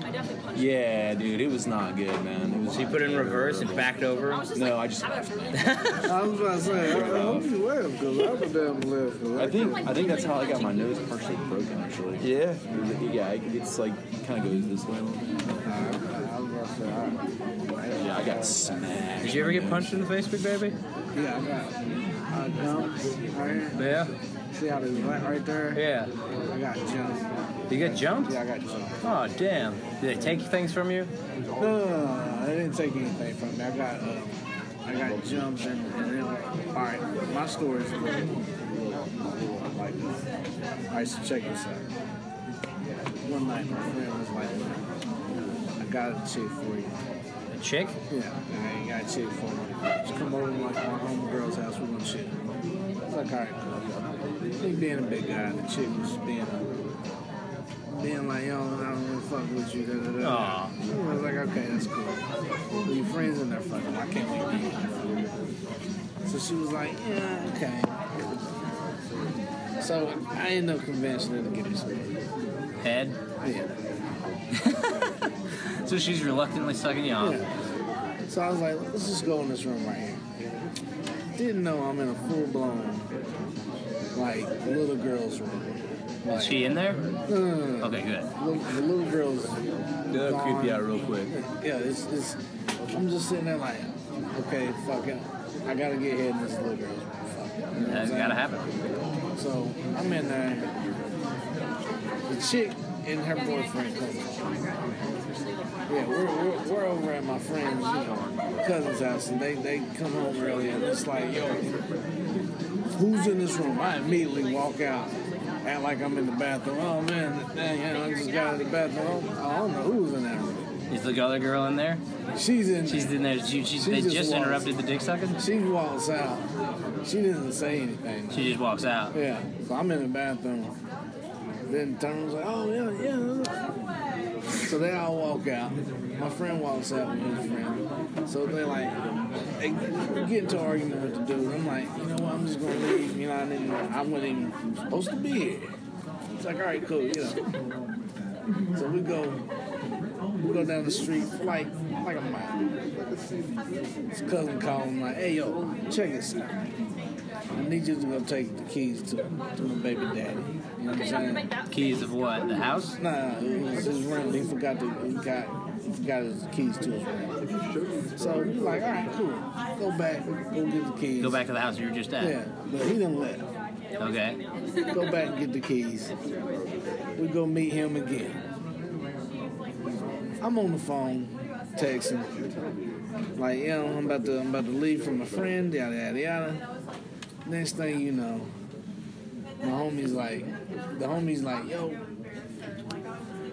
Yeah, dude, it was not good, man. It was, So you put it in reverse and backed over? no, I just left. I was about to say, I, I hope you laugh because I would damn laugh. 'cause I think I think that's how I got my nose partially broken, actually. Yeah. Yeah, it- it's like kind of goes this way. a little bit. I was about to say, all right. Yeah, I got smashed. Did you ever get punched in the face, big baby? Yeah, I got uh, gums right here. Yeah. See how there's black right there? Yeah. I got jumps. You got jumped? Yeah, I got jumps. Oh, damn. Did they take things from you? No, no, no, no, I didn't take anything from me. I got, uh, I got jumps and, and then, all right, my story is a little- like this. All right, so check this out. One night, my friend was like, I got a chick for you. A chick? Yeah, and you got chick for me. Just come over to like my homegirl's house. We're gonna chill. I was like, all right, cool. Me being a big guy, the chick was being a, being like, yo, I don't really fuck with you. Da, da, da. Aw. I was like, okay, that's cool. Well, your friends in there fucking. I can't wait to meet you. So she was like, yeah, okay. So I ended up convincing her to give me some. Head? Yeah. So she's reluctantly sucking you off. Yeah. So I was like, let's just go in this room right here. Didn't know I'm in a full blown, like, little girl's room. Like, Is she in there? Hmm. Okay, good. little, the little girl's. That'll creep you out real quick. Yeah, it's, it's. I'm just sitting there like, okay, fuck it. I gotta get here in this little girl's room. Fuck it. You know what I'm That's saying? gotta happen. So I'm in there. The chick and her boyfriend come in. Yeah, we're, we're, we're over at my friend's you know, cousin's house, and they, they come home early, and it's like, yo, who's in this room? I immediately walk out, act like I'm in the bathroom. Oh man, dang, you know, I just got out of the bathroom. I don't know who's in that room. Is the other girl in there? She's in. She's in there. She, she, She they just just, walks. interrupted the dick sucking? she walks out. She doesn't say anything. She just walks out. Yeah, so I'm in the bathroom. Then Turner's like, oh, yeah, yeah. So they all walk out. My friend walks out with his friend. So they like, they get into argument with the dude. I'm like, you know what, I'm just going to leave. You know, I, didn't, I wasn't even supposed to be here. It's like, all right, cool, you know. So we go, we go down the street for like, like a mile. His cousin called him like, hey, yo, check this out. I need you to go take the keys to, to my baby daddy. You know what I'm saying? Keys of what? The house? Nah, it was his rent. He forgot to he got he forgot his keys to his rent. So he's like, all right, cool. Go back, go get the keys. Go back to the house you were just at. Yeah, but he didn't let. Okay. Go back and get the keys. We go meet him again. I'm on the phone, texting, like, you know, I'm about to, I'm about to leave from a friend, yada yada yada. Next thing you know, my homie's like, the homie's like, yo,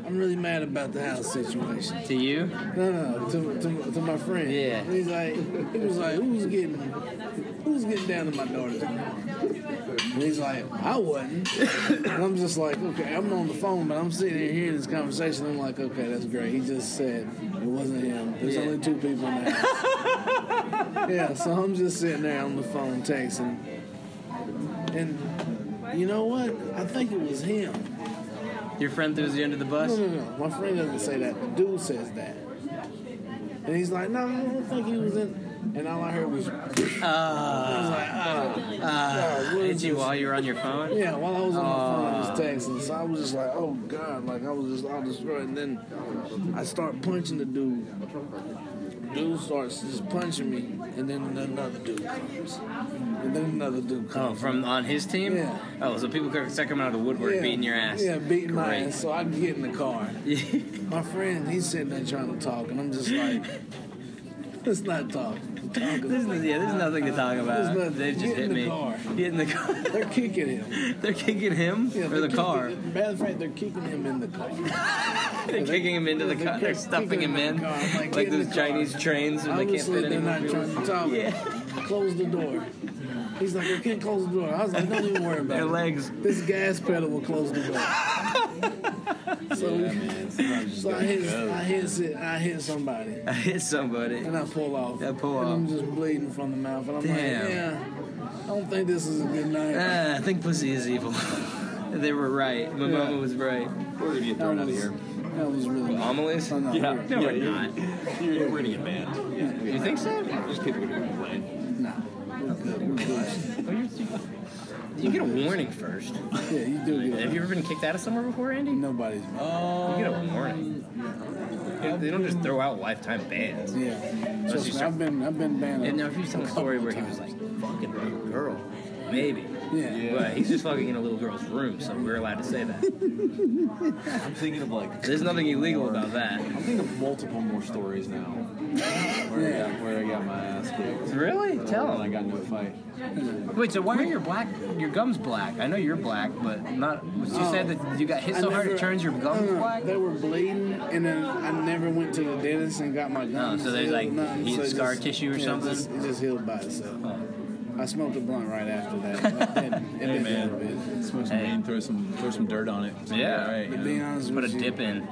I'm really mad about the house situation. To you? No, no, to, to, to my friend. Yeah. He's like, he was like, who's getting, who's getting down to my daughter's mom? And he's like, I wasn't. and I'm just like, okay, I'm on the phone, but I'm sitting here hearing this conversation. I'm like, okay, that's great. He just said it wasn't him. There's Yeah. only two people in the house. yeah, so I'm just sitting there on the phone texting. And you know what? I think it was him. Your friend throws you under the No, bus? no, no. My friend doesn't say that. The dude says that. And he's like, no, I don't think he was in. And all I heard was, I was like, ah, ah, what Did is you this? while you were on your phone? Yeah, while I was on my Uh. phone, I was texting. So I was just like, oh god, like I was just all destroyed. And then I start punching the dude. Dude starts just punching me, and then another dude comes, and then another dude Oh, comes. from on his team? Yeah. Oh, so people could start coming out of the woodwork Yeah. beating your ass. Yeah, beating my Great. ass. So I get in the car. my friend, he's sitting there trying to talk, and I'm just like, let's not talk. Talk is- There's, no- yeah, there's nothing to talk about. There's nothing. They just Get hit in the me. car. Get in the car. They're kicking him. they're kicking him Yeah, or they're the car. kicking- Matter of fact, they're kicking him in the car. They're kicking him into the They're car. They're kick- stuffing kicking him in the car. I'm like, like, "Get in those the car." Chinese trains when they can't Obviously, fit they're anyone. not trying to talk. Close the door. He's like, I can't close the door. I was like, don't even worry about Their it. legs. This gas pedal will close the door. so so I, hit, I, hit, I hit somebody I hit somebody. and I pull off. Yeah, pull and I'm off. just bleeding from the mouth. And I'm Damn. like, yeah, I don't think this is a good night. Ah, I think pussy is evil. they were right. My Yeah. mama was right. We're gonna get thrown out of here. That was Oh, really Amelie's? I know. No, we're not. You're, we're gonna get banned. You think so? There's people gonna complain. Nah, we're good. We're good. You get a warning first. Yeah, you do Have get you ever been kicked out of somewhere before, Andy? Nobody's. You get Um, a warning. They- They don't just throw out lifetime bans. Yeah. you Trust me, start- I've been, I've been banned. a- Oh, And now if you tell a story where he was like times. fucking a girl, maybe. Yeah. Yeah. But he's just fucking in a little girl's room, so we're allowed to say that. I'm thinking of like There's nothing illegal about that. I'm thinking of multiple more stories now. Where, I, got, where I got my ass kicked. Really? And Oh. Tell I him. got into a fight. Wait, so why are your black your gums black? I know you're black, but not was you said that you got hit Oh. I Mm. so hard it never- turns your no, gums no, black? They were bleeding, and then I never went to the dentist and got my gums. Oh, so they, healed, like, nothing, heat so it scar just- tissue or yeah, it something? just- It just healed by itself. Oh. I smoked a blunt right after that. It didn't- it man. didn't help it. Hey, Throw some throw some dirt on it. Yeah. All right. To be honest put a with you, dip in.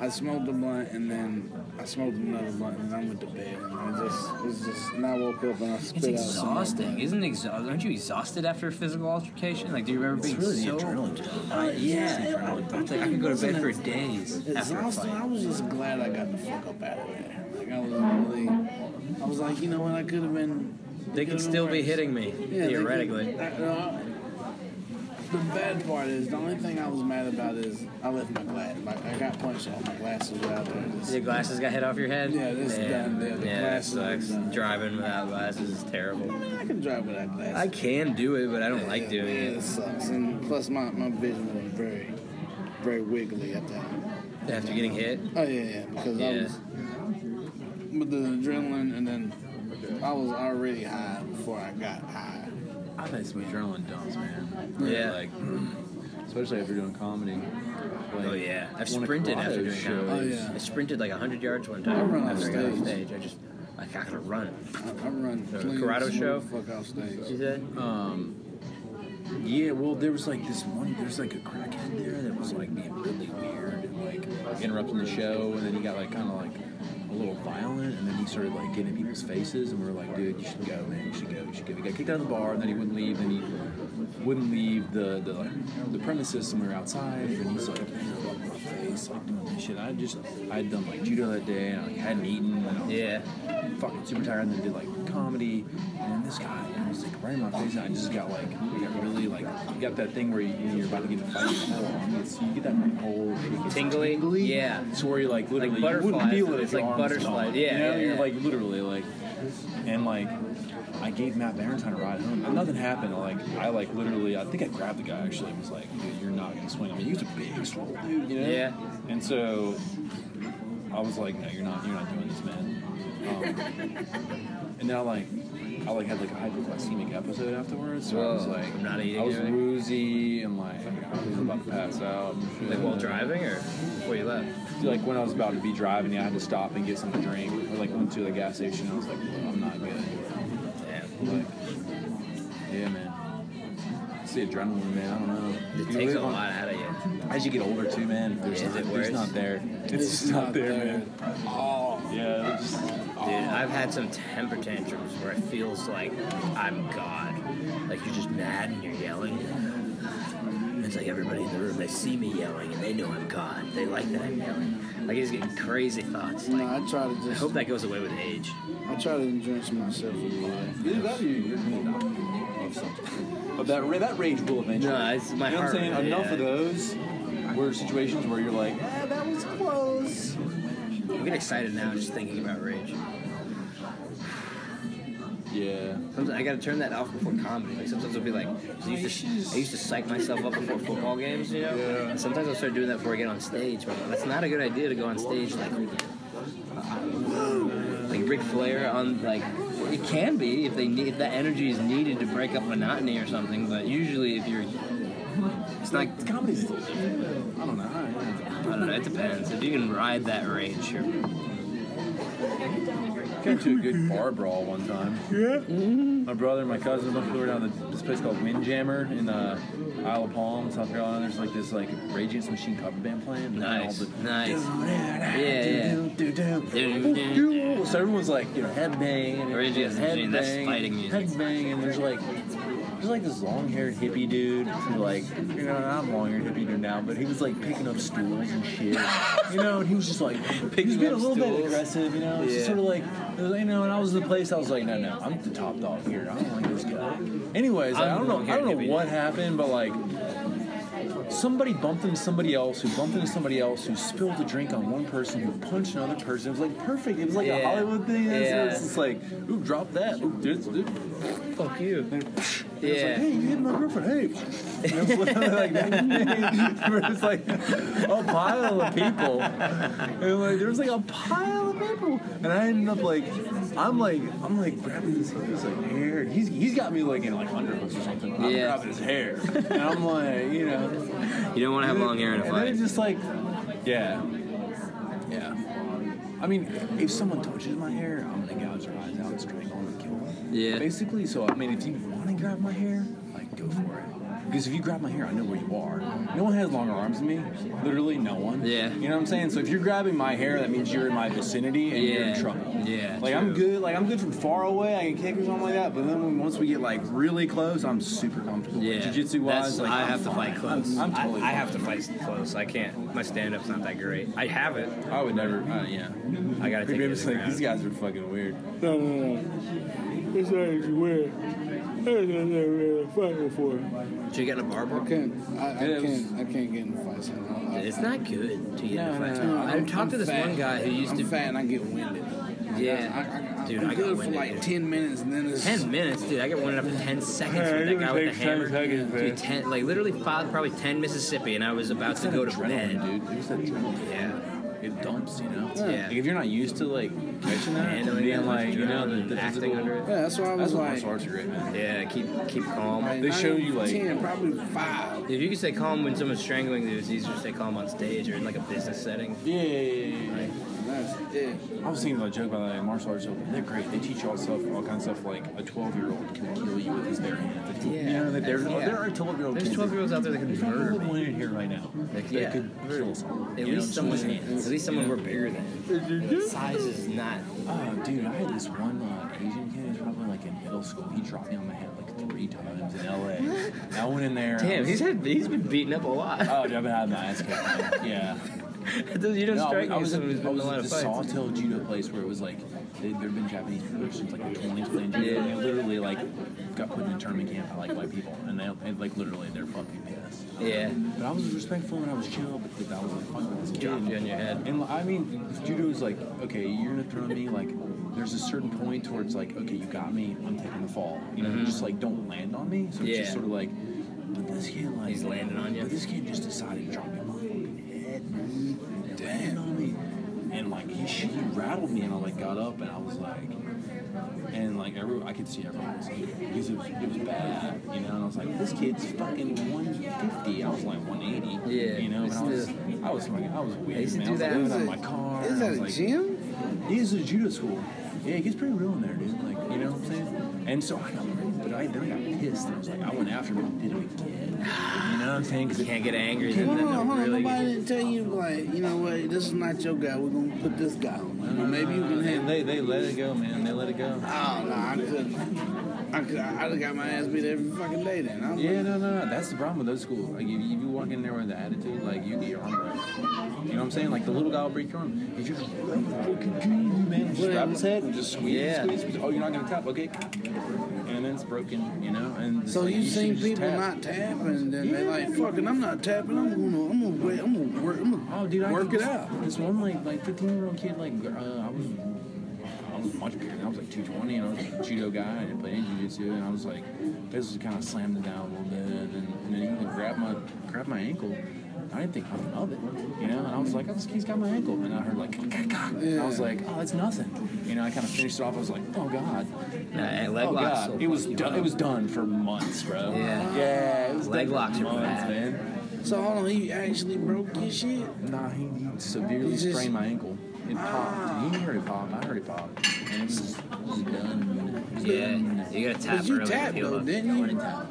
I smoked a blunt and then I smoked another blunt and I went to bed. And I just, it's just, and I woke up and I spit It's out. some more exhausting, blood. isn't it? Exa- aren't you exhausted after a physical altercation? Like, do you remember being really the so? adrenaline, Uh, yeah, it's like I could go to bed for days after a Exhausted. fight. I was just glad I got the fuck up out of there. Like I was really, I was like, you know what? I could have been. They could've been could still be worse. hitting me Yeah, they could- theoretically. I- no, I- the bad part is the only thing I was mad about is I left my glass. Like I got punched off. My glasses were out there. Just, Your glasses got hit off your head. Yeah, this is done, yeah, the yeah, that glasses are sucks. done. Driving without glasses is terrible. I can drive without glasses. I can do it, but I don't like doing yeah, it. It sucks. And plus, my, my vision was very, very wiggly at that. After getting hit, Oh yeah, yeah. Because I Yeah. was with the adrenaline, and then I was already high before I got high. I've had some adrenaline dumps, man. Yeah. Like, especially if you're doing comedy. Like, oh yeah, I've one of sprinted after Corrado's doing shows. comedy. Oh, yeah. I sprinted like hundred yards one time I run off after I got off stage. stage. I just, I gotta run. I, I run The clean Corrado smooth show? Fuck off She stage. said. Yeah, well, there was like this one. There's like a crackhead there that was like being really weird and like interrupting the show, and then he got like kind of like a little violent, and then he started like getting in people's faces, and we were like, dude, you should go, man, you should go, you should go. He got kicked out of the bar, and then he wouldn't leave, and he wouldn't leave the the, the premises, and we were outside, and he's like, "You know, like, my face, days, like doing this shit. I just I'd done like judo that day, and I like, hadn't eaten. And I was, Yeah. like, fucking super tired, and then did like comedy, and then this guy and was like right in my face, and I just got like I got really like you got that thing where you, you're about to get in a fight, and you're full on. It's- you get that whole it gets Tingly? tingly. Yeah. it's where you like literally you butterflies. wouldn't feel it. It's if your like arm was butterflies. gone. Yeah, you know? yeah, you're yeah. like literally like, and like. I gave Matt Valentine a ride home. and Nothing happened. Like I like literally, I think I grabbed the guy actually. and was like, "Dude, you're not gonna swing." I mean, he was a big swole dude, you know. Yeah. And so I was like, no, you're not, you're not doing this, man. Um, and then I like, I like had like a hypoglycemic episode afterwards. So I was Whoa, like, I'm not eating I was anything. woozy and like I was about to pass out. and shit. Like while driving or before you left? Like when I was about to be driving, yeah, I had to stop and get something to drink. Or like went to the gas station. I was like, "Well, I'm not good. Damn. Like, yeah, man. It's the adrenaline, man. I don't know. You It takes live a on- lot out of you. As you get older, too, man, there's, Yeah, is not, it there's worse? not there. It's, just not, there, man. Oh, Yeah, it's just, Dude, I've had some temper tantrums where it feels like I'm God. Like you're just mad and you're yelling. It's like everybody in the room, they see me yelling and they know I'm God. They like that I'm yelling. Like I just get crazy thoughts. no, Like, I try to I just. hope that goes away with age. I try to entrench myself in life. Either that or you- you're gonna die of something. But that ra- that rage will eventually. No, it's my you know heart what I'm rate, saying? Enough yeah. of those were situations where you're like, ah, that was close. I get excited now just thinking about rage. Yeah. Sometimes I gotta turn that off before comedy. Like sometimes I'll be like, I used, to, I used to psych myself up before football games, you know. And sometimes I'll start doing that before I get on stage. But that's not a good idea to go on stage like, like Ric Flair on like. It can be if they need, if that energy is needed to break up monotony or something. But usually, if you're, it's not. It's comedy's a little different. though. I don't know. I I don't know. It depends. If you can ride that rage, sure. came to a good bar brawl one time. Yeah. My brother and my cousin both were down at this place called Windjammer in uh, Isle of Palm, South Carolina. There's like this like Rage Against the Machine cover band playing. and Nice, all the- nice. Yeah, yeah. So everyone's like, you know, headbang. Rage Against the Machine, that's fighting music. Headbang, and there's like, there's like this long-haired hippie dude who like, you know, I'm long-haired hippie dude now, but he was like picking up stools and shit, you know, and he was just like, he was being a up little bit stools? aggressive, you know, it's just Yeah. sort of like, you know, and I was in the place, I was like, no, no, I'm the top dog here, I don't like this guy. Anyways, like, I I'm don't the know, I long-haired don't know hippie what happened, but like, somebody bumped into somebody else who bumped into somebody else who spilled a drink on one person who punched another person. It was like perfect. It was like a Yeah. Hollywood thing. It's- Yeah. It's just like, ooh, drop that. Ooh, this, this. Fuck you. And It's like, Yeah. hey, you hit my girlfriend. Hey. And it was literally like that. Where it's like a pile of people. And like there was like a pile of people. And I ended up like I'm like I'm like grabbing this his like hair. He's he's got me like in like underhooks or something. I'm Yeah. grabbing his hair. And I'm like, you know. You don't want to have long hair in a And then fight. it's just like, yeah, yeah. I mean, if someone touches my hair, I'm gonna gouge their eyes out, and strangle them, and kill them. Yeah. Basically, so I mean, if you want to grab my hair, like go for it. Because if you grab my hair, I know where you are. No one has longer arms than me. Literally, no one. Yeah. You know what I'm saying? So if you're grabbing my hair, that means you're in my vicinity and you're in Yeah. trouble. Yeah, Like true. I'm good. Like I'm good from far away. I can kick or something like that. But then when, once we get like really close, I'm super comfortable. Yeah. Jiu-jitsu wise, That's- like I I'm have to fine. fight close. I'm, I'm I, totally. I have to fight close. I can't. My stand up's not that great. I have it. I would never. Uh, yeah. I gotta People take it. just to the like these ground. guys are fucking weird. No, no, no. It's not even weird. That's not even fighting for. Should you get in a bar brawl? I can't. I, I Yeah, it was- can't. I can't get in fights. I don't- I- It's not good to get No, in no, fights. no, I I'm- talked to I'm this fat. one guy who used I'm to. fat and I get winded. Yeah, I, I, I, dude, I'm I got good for winded. like dude. ten minutes and then it's Ten minutes, dude. I got one up to ten seconds Yeah, with it that guy with takes the 10 hammer. seconds, man. Dude, ten, like literally five, probably ten Mississippi, and I was about to go to Adrenaline, bed. dude. There's that adrenaline. Yeah, It dumps, you know. Yeah. Like if you're not used to like catching that, and handling being that like, you know, adrenaline, the, the acting physical. under it. Yeah, that's why I That's was why like. martial arts are great, man. Yeah, keep keep calm. like, They not show even you, like- ten, probably five. If you can stay calm when someone's strangling you, it's easier to stay calm on stage or in like a business setting. Yeah, yeah, yeah, yeah. That's it. I was thinking about a joke about like martial arts. Open. They're great. They teach you all stuff, all kinds of stuff. Like a 12 year old can kill you with his bare hands. Yeah. You know, that there, Yeah. there are 12 year old. There's 12 year olds out there that can There's not murder one in here right now. That Yeah. could kill someone. At You know, least just someone, with his hands. at least someone we're bigger than. Size is not Oh, dude, I had this one uh, Asian kid. He was probably like in middle school. He dropped me on my head like three times in LA. And I went in there. and I Damn, was- he's had he's been beaten up a lot. Oh, dude, I've been having my ass kicked. man. Yeah. you don't strike me I as someone who's was, I was, I been in was a lot at of the fights. Sawtell Judo place where it was like they, there'd been Japanese people since like the 20s playing judo. And they literally like got put in a tournament camp by like white people, and they and, like literally they're fucking pissed. Yeah. But I was respectful and I was chill, but like, I was like fucking this kid. Dropped you on your head. And like, I mean, judo is like, okay, you're gonna throw me. Like, there's a certain point where it's like, okay, you got me. I'm taking the fall. You know, just like don't land on me. So it's Mm-hmm. Yeah. just sort of like, but this kid like He's landing on you. But this kid just decided to drop me my fucking head, man. And land on me. And like he, sh- he rattled me, and I like got up, and I was like, and like every, I could see everyone was like, because it was, it was bad, you know. And I was like, this kid's fucking 150. I was like 180. Yeah, you know. And it's I was, the- I was fucking, I was weird. I used to man. do that. I was like, living Is it- out of my car. Is I that was a like, gym? He's a judo school. Yeah, it gets pretty real in there, dude. Like, you know what I'm saying? And so I got, but I then I got pissed. And I was like, I went after him and did it again. You know what I'm saying? Because You can't get angry. Then, Hold then on, they'll hold on. really. Nobody didn't tell you, like, you know what? This is not your guy. We're gonna put this guy on. Well, maybe you can handle. They they let it go, man. They let it go. Oh no, I couldn't. I could. I I got my ass beat every fucking day. Then I'm Yeah, no, no, no. That's the problem with those schools. Like, if you, if you walk in there with the attitude, like, you get your arm broken. You know what I'm saying? Like, the little guy will break your arm. If you just fucking do you, man, just grab his head and just squeeze, Yeah. squeeze, squeeze. Oh, you're not gonna tap, okay? And then it's broken, you know. And it's So like, you've should seen just people tap. not tapping, and then they like, "Fucking, I'm not tapping. I'm gonna, I'm gonna, wait, I'm gonna work, I'm gonna Oh, dude, I work could- it out." This one like like 15 year old kid like uh, I was I was much bigger. than I was like 220, and I was a judo guy. I didn't play any jiu-jitsu, and I was like basically kind of slammed it down a little bit, and then, and then he like, grabbed my grabbed my ankle. I didn't think nothing of it, you know. And I was like, "Oh, this kid's got my ankle," and I heard like, and I was like, "Oh, it's nothing," you know. I kind of finished it off. I was like, "Oh God, Nah, leg oh locks. God!" will It was fuck you done. up. It was done for months, bro. Yeah. yeah. It was Leg done for locks are months, bad. man. So hold on, he actually broke your shit. Nah, he he severely He just- sprained my ankle. It popped. He heard it pop. I heard it pop. And it was done. Yeah. You gotta tap But you early to tapped, heal though, up. didn't you? I wouldn't tap.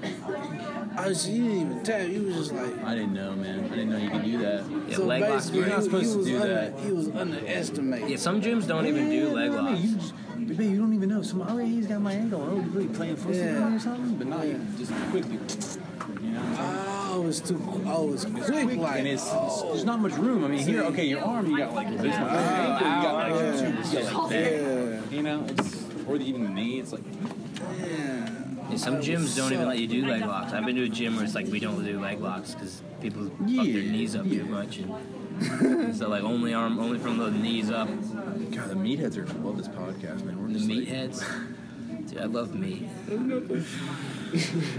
Oh, so you didn't even tap. You was just like, I didn't know, man. I didn't know you could do that. Yeah, so leg locks. basically, You're are- not he- supposed he to was do under, that. He was underestimated. Yeah, some gyms don't even do leg Yeah, locks. you just- but babe, you don't even know. Some, oh, yeah, he's got my ankle. Oh, he's really playing football Yeah. or something. But not you just quickly. You know what I'm saying? Oh, it's too. Oh, it's quick. It's quick, like, and it's, it's- oh. there's not much room. I mean, here, okay, your arm, you got like this much. ankle, you got like, two- you got, like that. You know, it's or even the knee. It's like Yeah, some gyms don't even let you do leg locks. I've been to a gym where it's like we don't do leg locks because people fuck their Yeah, knees up too much, and so like only arm, only from the knees up. God, the meatheads are gonna love this podcast, man. We're The just like- meatheads, dude, I love meat.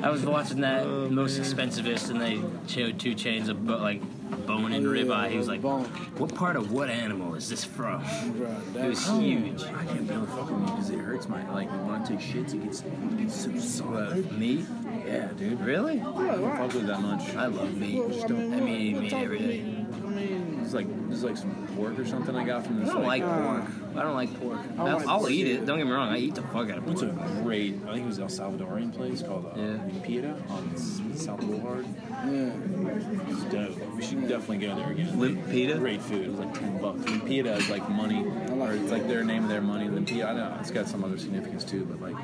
I was watching that Oh, most expensivest, and they showed two chains of bo- like bone and Oh, yeah, ribeye. He was the like, bone. "What part of what animal is this from?" Bruh, It that- was huge. oh, I can't be able to fuck with me because it hurts my like when I take shits, it gets it gets so solid. Meat? Yeah, dude. Really? I don't fuck with it that much. I love meat. Well, I I mean, what- mean, what meat type every of day. meat? I mean, It's like it's like some pork or something I got from I this. don't like pork. I don't like pork. I'll, like I'll pork eat either. it. Don't get me wrong. I eat the fuck out of What's a pork. great? I think it was El Salvadorian place called uh, Yeah. Pita on S- South Boulevard. yeah. It's dope. We should definitely go there again. Limpita? Great food. It was like ten bucks. Limpita is like money, or it's like their name of their money. Limpita. I know it's got some other significance too, but like.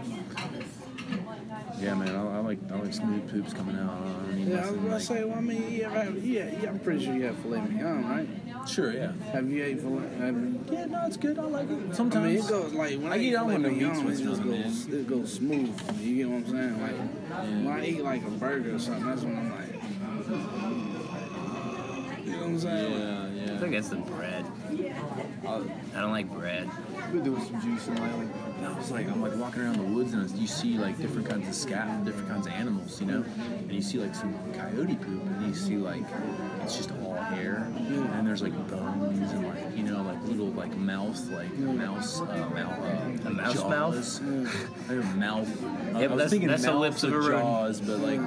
Yeah, man, I, I like I like smooth poops coming out. I don't need Yeah, I was nothing, gonna like- say. Well, I mean, you ever have, yeah, yeah. I'm pretty sure you have filet mignon, right? Sure, yeah. Have you ate filet? Have you, Yeah, no, it's good. I like it. I mean, it Sometimes. goes like when I, I eat eat all filet my meats mignon, it with just them, goes, it goes smooth. for me, You get what I'm saying? Like when I eat like a burger or something, that's when I'm like, you know what I'm saying? Like, Uh, yeah, I yeah. think that's the bread. I don't like bread. We're doing some juice and like, and I was like, I'm like walking around the woods and you see like different kinds of scat, different kinds of animals, you know, and you see like some coyote poop and you see like it's just all hair and there's like bones and like you know like little like mouth like mouse uh, mouth uh, A mouse mouth? mouth mouth but I was that's- thinking that's the mouth lips of or a rodent. jaw was, but like,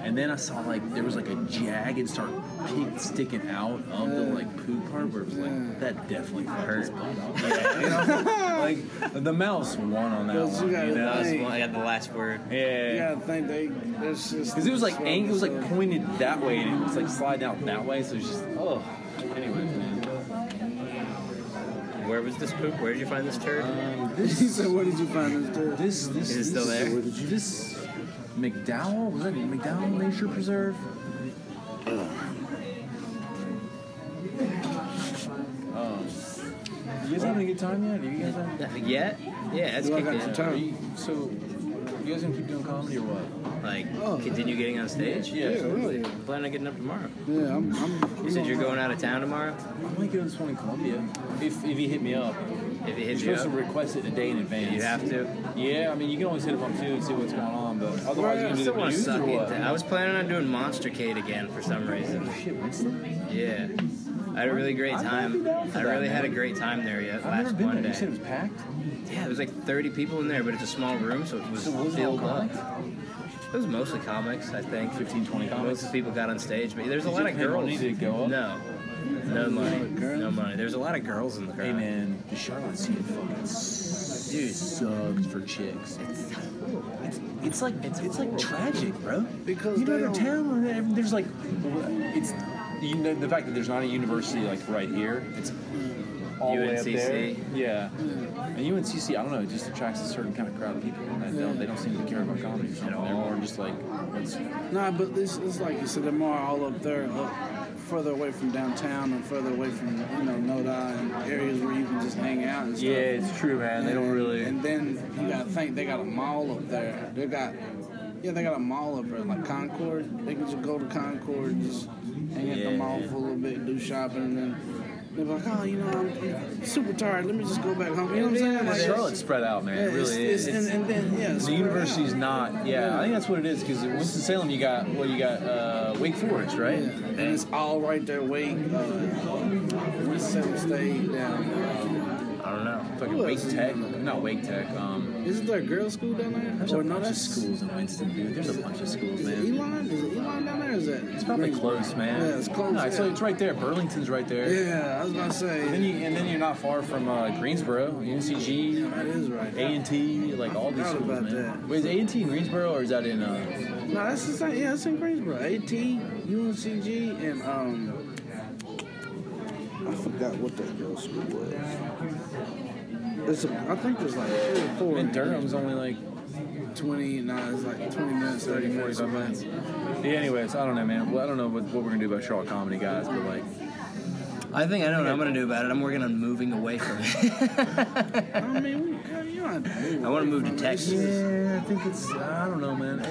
and then I saw like there was like a jagged start pig sticking out of the like poo part where it was like that definitely hurt. like the mouse won on that Cause you one, gotta you know? think- That's the one- I got the last word. You Yeah, gotta think they that's just because it was like so- ang- it was so- like pointed that way and it was like sliding out that way, so it's just oh. Anyways, man. Where was this poop? Where did you find this turd? Um, He this said, "What did you find this dude?" this this Is it still this- there? This McDowell was that McDowell Nature Preserve? Um, you guys having a good time yet? Are you guys having- Yet? Yeah, it's You all kicked got in. some Are time. you, so, you guys gonna keep doing comedy or what? Like, continue getting on stage? Yeah, Yeah, so really. I'm planning on getting up tomorrow. Yeah, I'm. I'm You said you're I'm- going out of town tomorrow? I might go to this one in Columbia. If, if you hit me up, If it you're hits you supposed up, to request it a day in advance. you have to. Yeah, I mean, you can always hit them up too and see what's going on, but otherwise, Well, I you still can want to do the suck news it. or what? I was planning on doing Monstercade again for some reason. Oh, Shit, Winston? Yeah. I had a really great I'd be time. down for I that, really had a man. great time there yet I've never last been there. one You said it day. was packed? Yeah, there was like 30 people in there, but it's a small room, so it was So it wasn't all filled up. comics? It was mostly comics, I think. 15, 20 Most comics? of the people got on stage, but there's a Did lot you of pay girls. money to go up? No, no money, girls? no money. There's a lot of girls in the crowd. Hey man, the Charlotte scene fucking sucked for chicks. It's, it's, it's like it's, like tragic, bro. Because you know they the don't- town where ev- there's like it's you know the fact that there's not a university like right here. It's all the way up there. UNCC. Yeah, and UNCC. I don't know. It just attracts a certain kind of crowd of people that don't they don't seem to care about comedy or something. They're more just like what's Nah, but this is like you said, they're more all up there, up further away from downtown and further away from you know Noda and areas where you can just hang out and stuff. it's true, man. And then you gotta think they got a mall up there. They got yeah, they got a mall up there like Concord. They can just go to Concord and just hang at the Yeah. mall for a little bit, do shopping, and then they're like, oh, you know, I'm super tired. Let me just go back home. You know what I'm saying? Like, Charlotte's spread out, man. yeah, it really is. it's, It's, and, and then yeah, it's The spread university's out. not. Yeah, I think that's what it is. Because in Winston Salem, you got well, you got uh, Wake Forest, right? Yeah, and it's all right uh, there. Wait, uh, Winston State down. I don't know. fucking Who Wake else is Tech. in there? Not Wake Tech. Um, Isn't there a girls' school down there? there's or a no, bunch of that's schools in Winston, dude. There's a bunch of schools, Is it man. Elon? Is it Elon down there? Or is it? It's probably close, man. Yeah, it's close. No, it's, yeah. it's right there. Burlington's right there. Yeah, I was about to say. And then you and then you're not far from uh, Greensboro, yeah, UNCG, that is right. A and T, like all these forgot schools, about man. that. Wait, is A and T in Greensboro or is that in? Uh, No, that's the same. Yeah, that's in Greensboro. AT, UNCG, and um. I forgot what that girls' school was. It's a, I think there's like three or four. in Durham's only like. Twenty, nah, it's like twenty minutes, thirty minutes. 45 minutes. Yeah, anyways, I don't know, man. Well, I don't know what, what we're gonna do about Charlotte comedy, guys, but like, I think I know what I'm gonna do about it. I'm working on moving away from it. I mean, we kind of young. I wanna move to Texas. Yeah, I think it's. I don't know, man.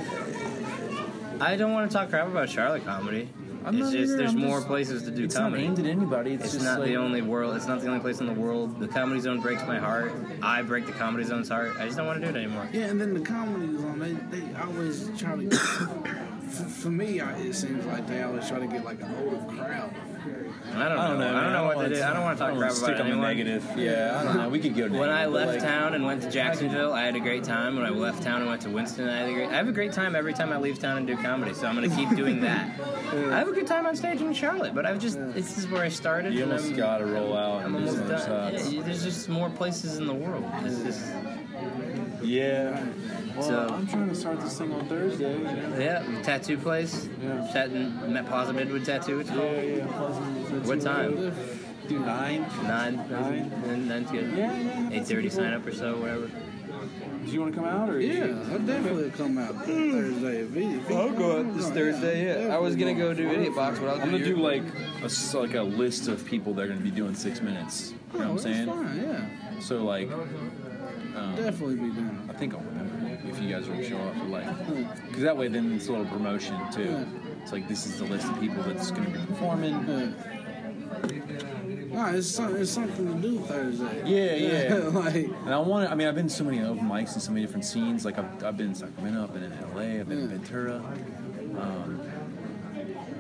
I don't want to talk crap about Charlotte comedy. I'm it's not just either, there's I'm more just- places to do It's comedy. not aimed at anybody. It's, It's just not like, the only world. It's not the only place in the world. The comedy zone breaks my heart. I break the comedy zone's heart. I just don't want to do it anymore. Yeah, and then the comedy is on. They, they always try to. for, for me, I, it seems like they always try to get like an older crowd. I don't know. I don't know, man. what wanna they do. I don't want to talk wanna crap about stick on the anyone. negative. Yeah, I don't know. We could go. When negative, I but, left like, town and went to Jacksonville, I had a great time. When I left town and went to Winston, I had a great. I have a great time every time I leave town and do comedy. So I'm gonna keep doing that. I have a good time on stage in Charlotte, but I've just this is where I started. you and almost I'm, got to roll out. I'm and do almost some other done. stuff. Yeah, there's just more places in the world. It's just, Yeah. Well, So- I'm trying to start this thing on Thursday. Yeah, yeah, tattoo place. Yeah. Tat- Met Plaza Midwood Tattoo. It's called. yeah. plus- What time? Do nine. Nine. Nine. Nine- nine's good. Yeah, yeah. Eight thirty sign up or so, whatever. Do you want to come out or? Yeah, I definitely come out Thursday. If he- if he- Box, but I'll I'm gonna do like a s- like a list of people that are gonna be doing six minutes. You know Oh, what I'm that's saying? fine. Yeah, So like, definitely be down. I think I'll remember if you guys will show up. but, Like, because that way, then it's a little promotion too. It's like this is the list of people that's gonna be performing. Yeah. Nah, it's, some, it's something to do Thursday. Yeah, yeah. like, And I want to, I mean, I've been to so many open mics and so many different scenes. Like, I've, I've been in Sacramento, I've been in LA, I've been in Ventura, um,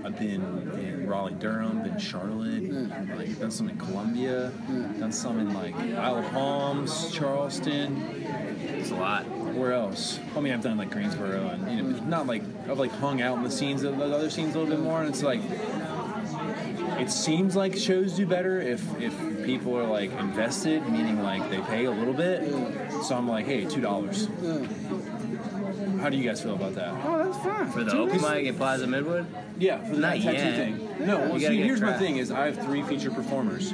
I've been in Raleigh, Durham, been in Charlotte, like, done some in Columbia, done some in like Isle of Palms, Charleston. It's a lot. Where else? I mean, I've done like Greensboro and, you know, not like, I've like hung out in the scenes of the other scenes a little bit more. And it's like, it seems like shows do better if if people are like invested, meaning like they pay a little bit. So I'm like, hey, two dollars. How do you guys feel about that? oh, that's fine. For the Two open days. mic at Plaza Midwood? Yeah, for the Not tattoo yet. thing. No, You well, gotta see, get here's my crowd. thing: is I have three featured performers.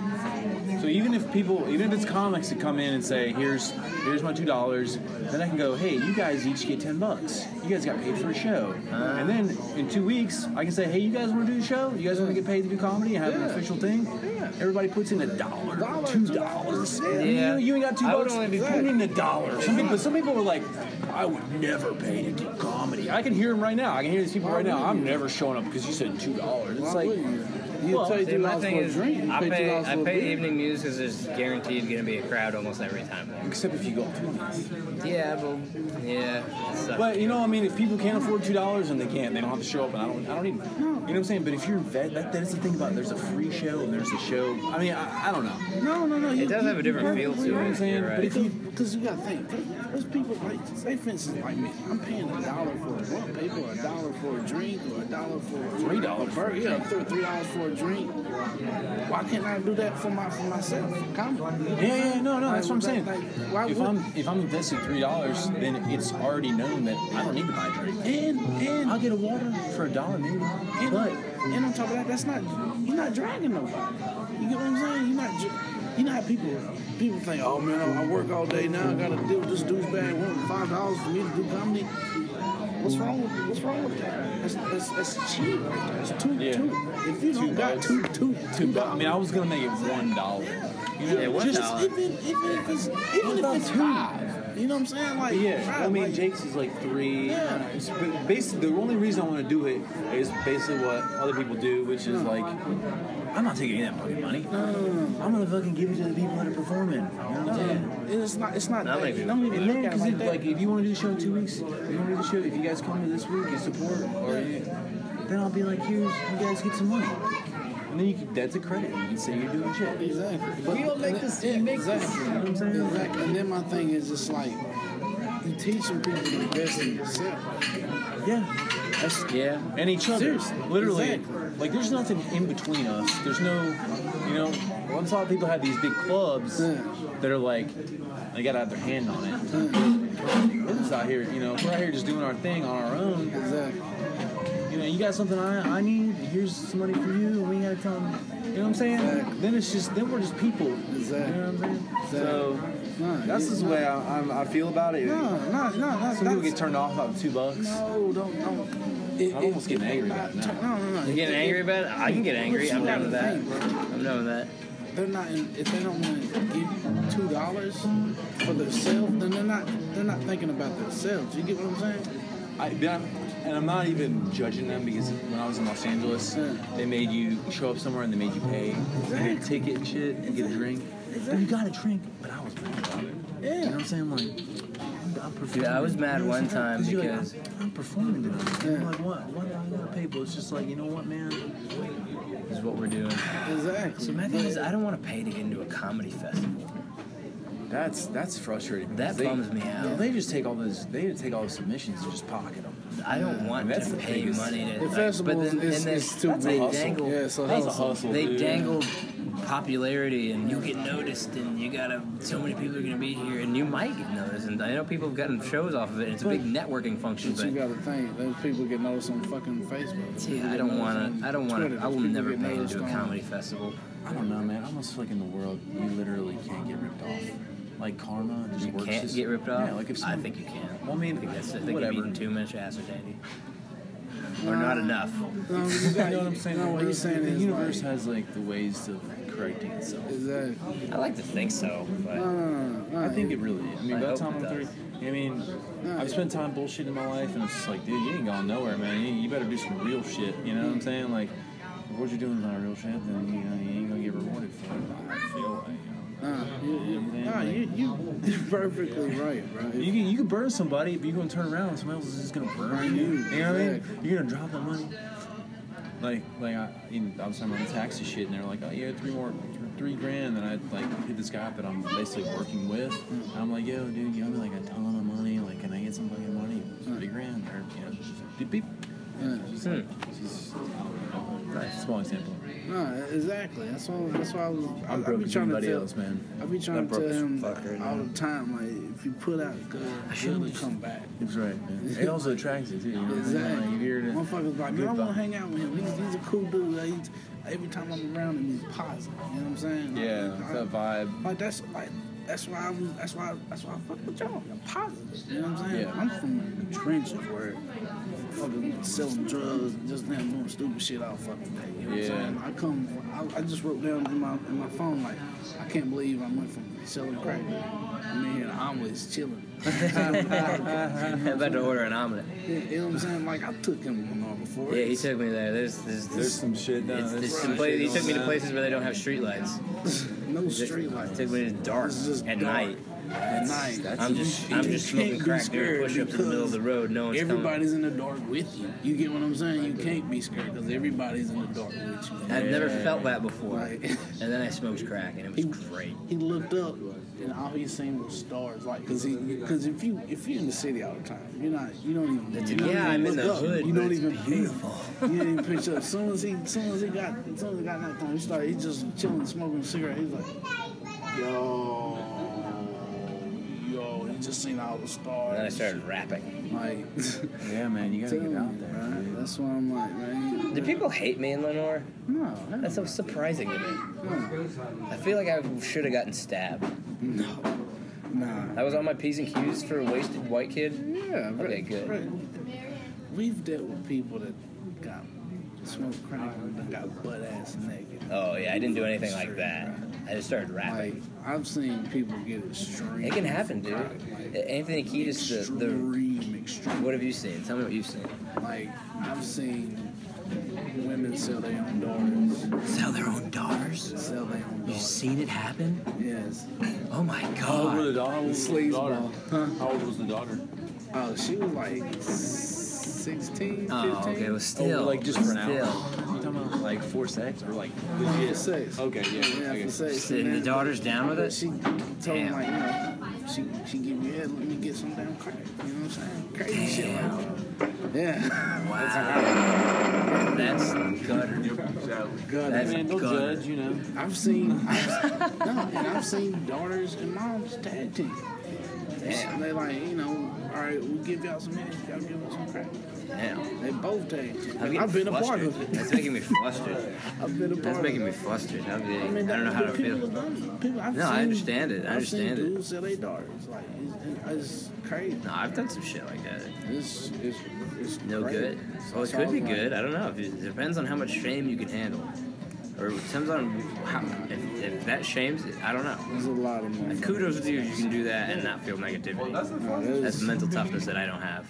So even if people, even if it's comics that come in and say, "Here's here's my two dollars," then I can go, "Hey, you guys each get ten bucks. You guys got paid for a show." and then in two weeks, I can say, "Hey, you guys want to do a show? You guys want to get paid to do comedy and have an official thing?" Yeah. Everybody puts in a dollar, two dollars. Yeah. You, you ain't got two I would bucks. only do put that. in a dollar. Some people, some people were like, I would never pay to do comedy. I can hear them right now. I can hear these people right now. I'm never showing up because you said two dollars. It's Why like, wouldn't you? You well, see, pay two See, my dollars thing for a is, drink. You I pay two pay, dollars I for a pay beer. evening music because there's guaranteed going to be a crowd almost every time. except if you go through these. Yeah, but yeah, it sucks. But you know, I mean, if people can't afford two dollars and they can't, they don't have to show up, and I don't, I don't need. You know what I'm saying? But if you're in vet, that, that's the thing about it. there's a free show and there's a show. I mean, I, I don't know. No, no, no. You, does have a different feel to it, You know what I'm you're saying? right. But if you, because you got to think, there's people like, say for instance, like me, I'm paying a dollar for a one paper, or a dollar for a drink, or a dollar for a Three dollars a for a burger, yeah, three, three dollars for a drink. Why can't I do that for my for myself? Comedy. Yeah, yeah, no, no, that's what I'm saying. Like, why if would- I'm if I'm invested three dollars, then it's already known that I don't need to buy a drink. And and I'll get a water for a dollar maybe. And, But and on top of that, that's not you're not dragging nobody. You get what I'm saying? You're not. dr- You know how people people think, oh man, I, I work all day now. I got to deal with this douchebag wanting five dollars for me to do comedy. What's wrong with What's wrong with that? That's, that's, that's cheap. Right there. That's two Yeah. two. If you don't got bucks. two two two but, I mean, I dollars. was gonna make it one dollar. You know, Yeah, one just- dollar. Even, even if it's even about if it's two? five, you know what I'm saying? Like Yeah, five, I mean like- Jake's is like three. Yeah. It's ba- Basically, the only reason I want to do it is basically what other people do, which is like, I'm not taking that fucking money. Oh. I'm gonna fucking give it to the people that are performing. You know what I'm saying? and it's not it's not Not Oh. that. like- don't even And look then, at it because like if, that. like, if you want to do the show in two weeks, if you want to do the show, if you guys come to this week and support, or you- then I'll be like, here's, you guys get some money. And then you can, that's a credit. You can say you're doing shit. Exactly. We don't make this- we make this, exactly. you know what I'm saying? Exactly. And then my thing is, it's like you teaching people to invest in yourself. Yeah. That's yeah, And each other. Seriously. Literally. Exactly. Like, there's nothing in between us. There's no, you know, once a lot of people have these big clubs Yeah. that are like, they gotta have their hand on it. We're just out here, you know, we're out here just doing our thing on our own. exactly. you know, you got something I, I need, here's some money for you, and we gotta tell them, you know what I'm saying? Exactly. Then it's just, then we're just people. Exactly. You know what I'm saying? Exactly. So, No, that's you- just the way I, I'm, I feel about it. No, no, no. That, Some people that's, get turned off about two bucks. no, don't, don't. It, I'm almost getting angry about it No, now. no, no. you getting angry about it? I can get angry. I'm down with that. I'm down with that. They're not. In, if they don't want to give you two dollars for themselves, then they're not. They're not thinking about themselves. You get what I'm saying? I, but I'm- and I'm not even judging them because when I was in Los Angeles, Yeah. they made you show up somewhere and they made you pay. You get a ticket and shit and get a drink. But you got a drink, but I was mad about it. Yeah. You know what I'm saying? Like, I'm- I'm performing. Yeah, I was mad You know what I'm one saying? time 'Cause you're like, because- I'm, I'm performing tonight. And I'm Yeah. like, what? What do I gotta pay? But it's just like, you know what, man? Is what we're doing. Exactly. So my thing is, I don't want to pay to get into a comedy festival. That's that's frustrating. That because they- bums me out. They just take all those. They just take all the submissions and just pocket them. I don't want That's to the pay biggest- money to. The like, festival but then, is- and then is too they big. Hustle. dangle. Yeah, it's a That's a hustle. hustle. They dude. dangle popularity, and you'll get noticed, and you gotta. So many people are gonna be here, and you might get noticed. And I know people have gotten shows off of it. It's a big networking function, But you but gotta think, those people get noticed on fucking Facebook. Those yeah, people I get don't noticed want on to. I don't want Twitter. to. I Those will people never get pay to noticed do a on- comedy festival. I don't know, man. I almost feel like in the world we literally can't get ripped off. Like karma just You works. can't this- get ripped off. Yeah, like if some, I think you can. Well, I mean, I think that's it. I think you've whatever. eaten too much acid candy, or not enough. No, you, You got, know what I'm saying? No, what The he's saying the is universe like, has like the ways of correcting itself. exactly. I like to think so, No, but no, no, no, I no, think it really. I I mean, by the hope time it I'm does. through, I mean, I've spent time bullshitting my life, and it's just like, dude, you ain't going nowhere, man. You, you better do some real shit. You know what I'm saying? Like, if what you're doing is not real shit, then you, know, you ain't gonna get rewarded for it. I feel like. You know. no, you, you, no, you, you, you're perfectly right, bro. You can, you can burn somebody, but you're gonna turn around and somebody else is just gonna burn you. You know what I mean? You're gonna drop the money. Like like I, you know, I was talking about the taxi shit, and they were like, oh yeah, three more, three grand, and I like hit this guy up that I'm basically working with. And I'm like, yo, dude, you owe me like a ton of money. Like, can I get some fucking money? Three grand, or you know, beep beep. It's like, it's just- I don't know. Small example. No, exactly. That's why. That's why I was. I, I'm I broke be as trying to anybody tell. else, man. I be trying to broke tell as him fuck right all now. the time, like if you put out good, should've good just- come back. That's right, man. It also attracts it too. You know what I'm saying? Like, Exactly. if you're in a- Motherfuckers like, man, I good want to vibe. hang out with him. He's, he's a cool dude. Like, he's, every time I'm around him, he's positive. You know what I'm saying? Yeah, Like, it's I- that vibe. Like that's like That's why I was. That's why. That's why I fuck with y'all. Y'all positive. You know what I'm saying? I'm from the trenches where fucking selling drugs, and just damn doing stupid shit all fucking day. You know what Yeah. I'm saying? I come. I, I just wrote down in my in my phone like I can't believe I went from selling crack. I'm in here and omelets chilling. I'm about to order an omelet. you know what I'm saying? Like I took him to Lenore before. Yeah, he took me there. There's there's, There's some shit down It's, there's there's some some place, shit he took me going to on. places where they don't have streetlights. no Just- street lights. Took me to dark It's just at dark. night. At night. I'm just I'm You just can't smoking be crack doing scared push-ups in the middle of the because road. No one's coming. Everybody's in the dark with you. You get what I'm saying? You can't be scared because everybody's in the dark with you. I've never felt that before. Like- And then I smoked crack and it was great. He looked up and all he seen was stars. Like, cause he, cause if you if you're in the city all the time, you're not, you don't even. That's- you don't yeah, even I'm in look the up. hood, You but don't it's even beautiful. You didn't even picture. As soon as he, as soon as he got, as soon as he got knocked on, he started. He just chilling, smoking a cigarette. He's like, yo, yo. He just seen all the stars. And then I started rapping. Like, Yeah, man, you gotta tell get me, out there. man. That's why I'm like, man. Do people hate me in Lenore? No, That's so surprising to me. I feel like I should have gotten stabbed. no, no. I was on my P's and Q's for a wasted white kid. Yeah, Okay, good. right. We've dealt with people that got smoked crack and then got butt ass naked. Oh yeah, I didn't do anything like that. I just started Like rapping. I've seen people get extreme. It can happen, dude. Anthony Kiedis, the, the extreme, extreme. what have you seen? Tell me what you've seen. Like I've seen women sell their own daughters, Sell their own daughters? sell their own You've daughters. seen it happen? Yes. Oh my How old was the god. daughter? How old was the Sleaze daughter? ball. How old was the daughter? Oh, she was like 16, 15. Oh, okay, well still. oh, like just for an hour. still. You talking about like for sex or like For sex. Okay, yeah, Yeah, okay. for sex. So the daughter's down with But it? she told him like, you know, she she give me head, let me get some damn crack. You know what I'm saying? Crazy shit like that. Yeah. Wow. That's gutter. God, That's Man, don't gutter. judge, you know. I've seen I've, no, and I've seen daughters and moms tag team. Damn. They like, you know, all right, we give y'all some head, y'all give us some crack. Damn. They both tag team. I'm I've been getting a part flustered. of it. That's making me flustered. I've been a part That's of making it. me flustered. I'm getting, I, mean, don't know that's how to what feel. people have done. People, I've No, I seen- understand it. I I've understand it. seen dudes sell their daughters. Like, it's, it's crazy. No, I've done some shit like that. It's, it's, it's No great. good. Well, it So could be I'm like, good. I don't know. If it depends on how much shame you can handle, or it depends on how if, if that shames. I don't know. There's a lot of money. Kudos to you. You can do that and not feel negativity. Nah, that That's is- mental toughness that I don't have.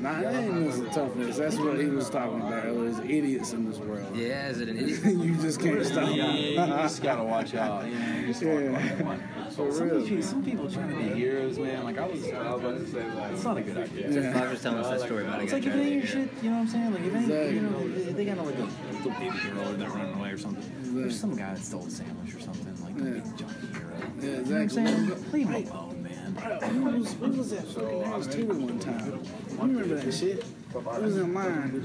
nah, that ain't Mr. Toughness. That's what he was talking about earlier. There's idiots in this world. Yeah, is it an idiot? you just can't stop. Yeah, them. you just gotta watch out. You know, you just gotta Yeah. watch out. some, real, people, some people trying to be heroes, man. Like I was, I was about to say, like, it's not a good idea. I was just telling us that story about a It's guy like if trying to they your be shit, you know what I'm saying? Like if any, Exactly. you know, they, they got like a little baby girl that running away or something. There's some guy that stole a sandwich or something. Like don't be a junk hero. Yeah, You know what I'm exactly. saying? Leave him alone, man. Bro, we was, we was at fucking Harris Teeter one time. I remember that shit. I was in line,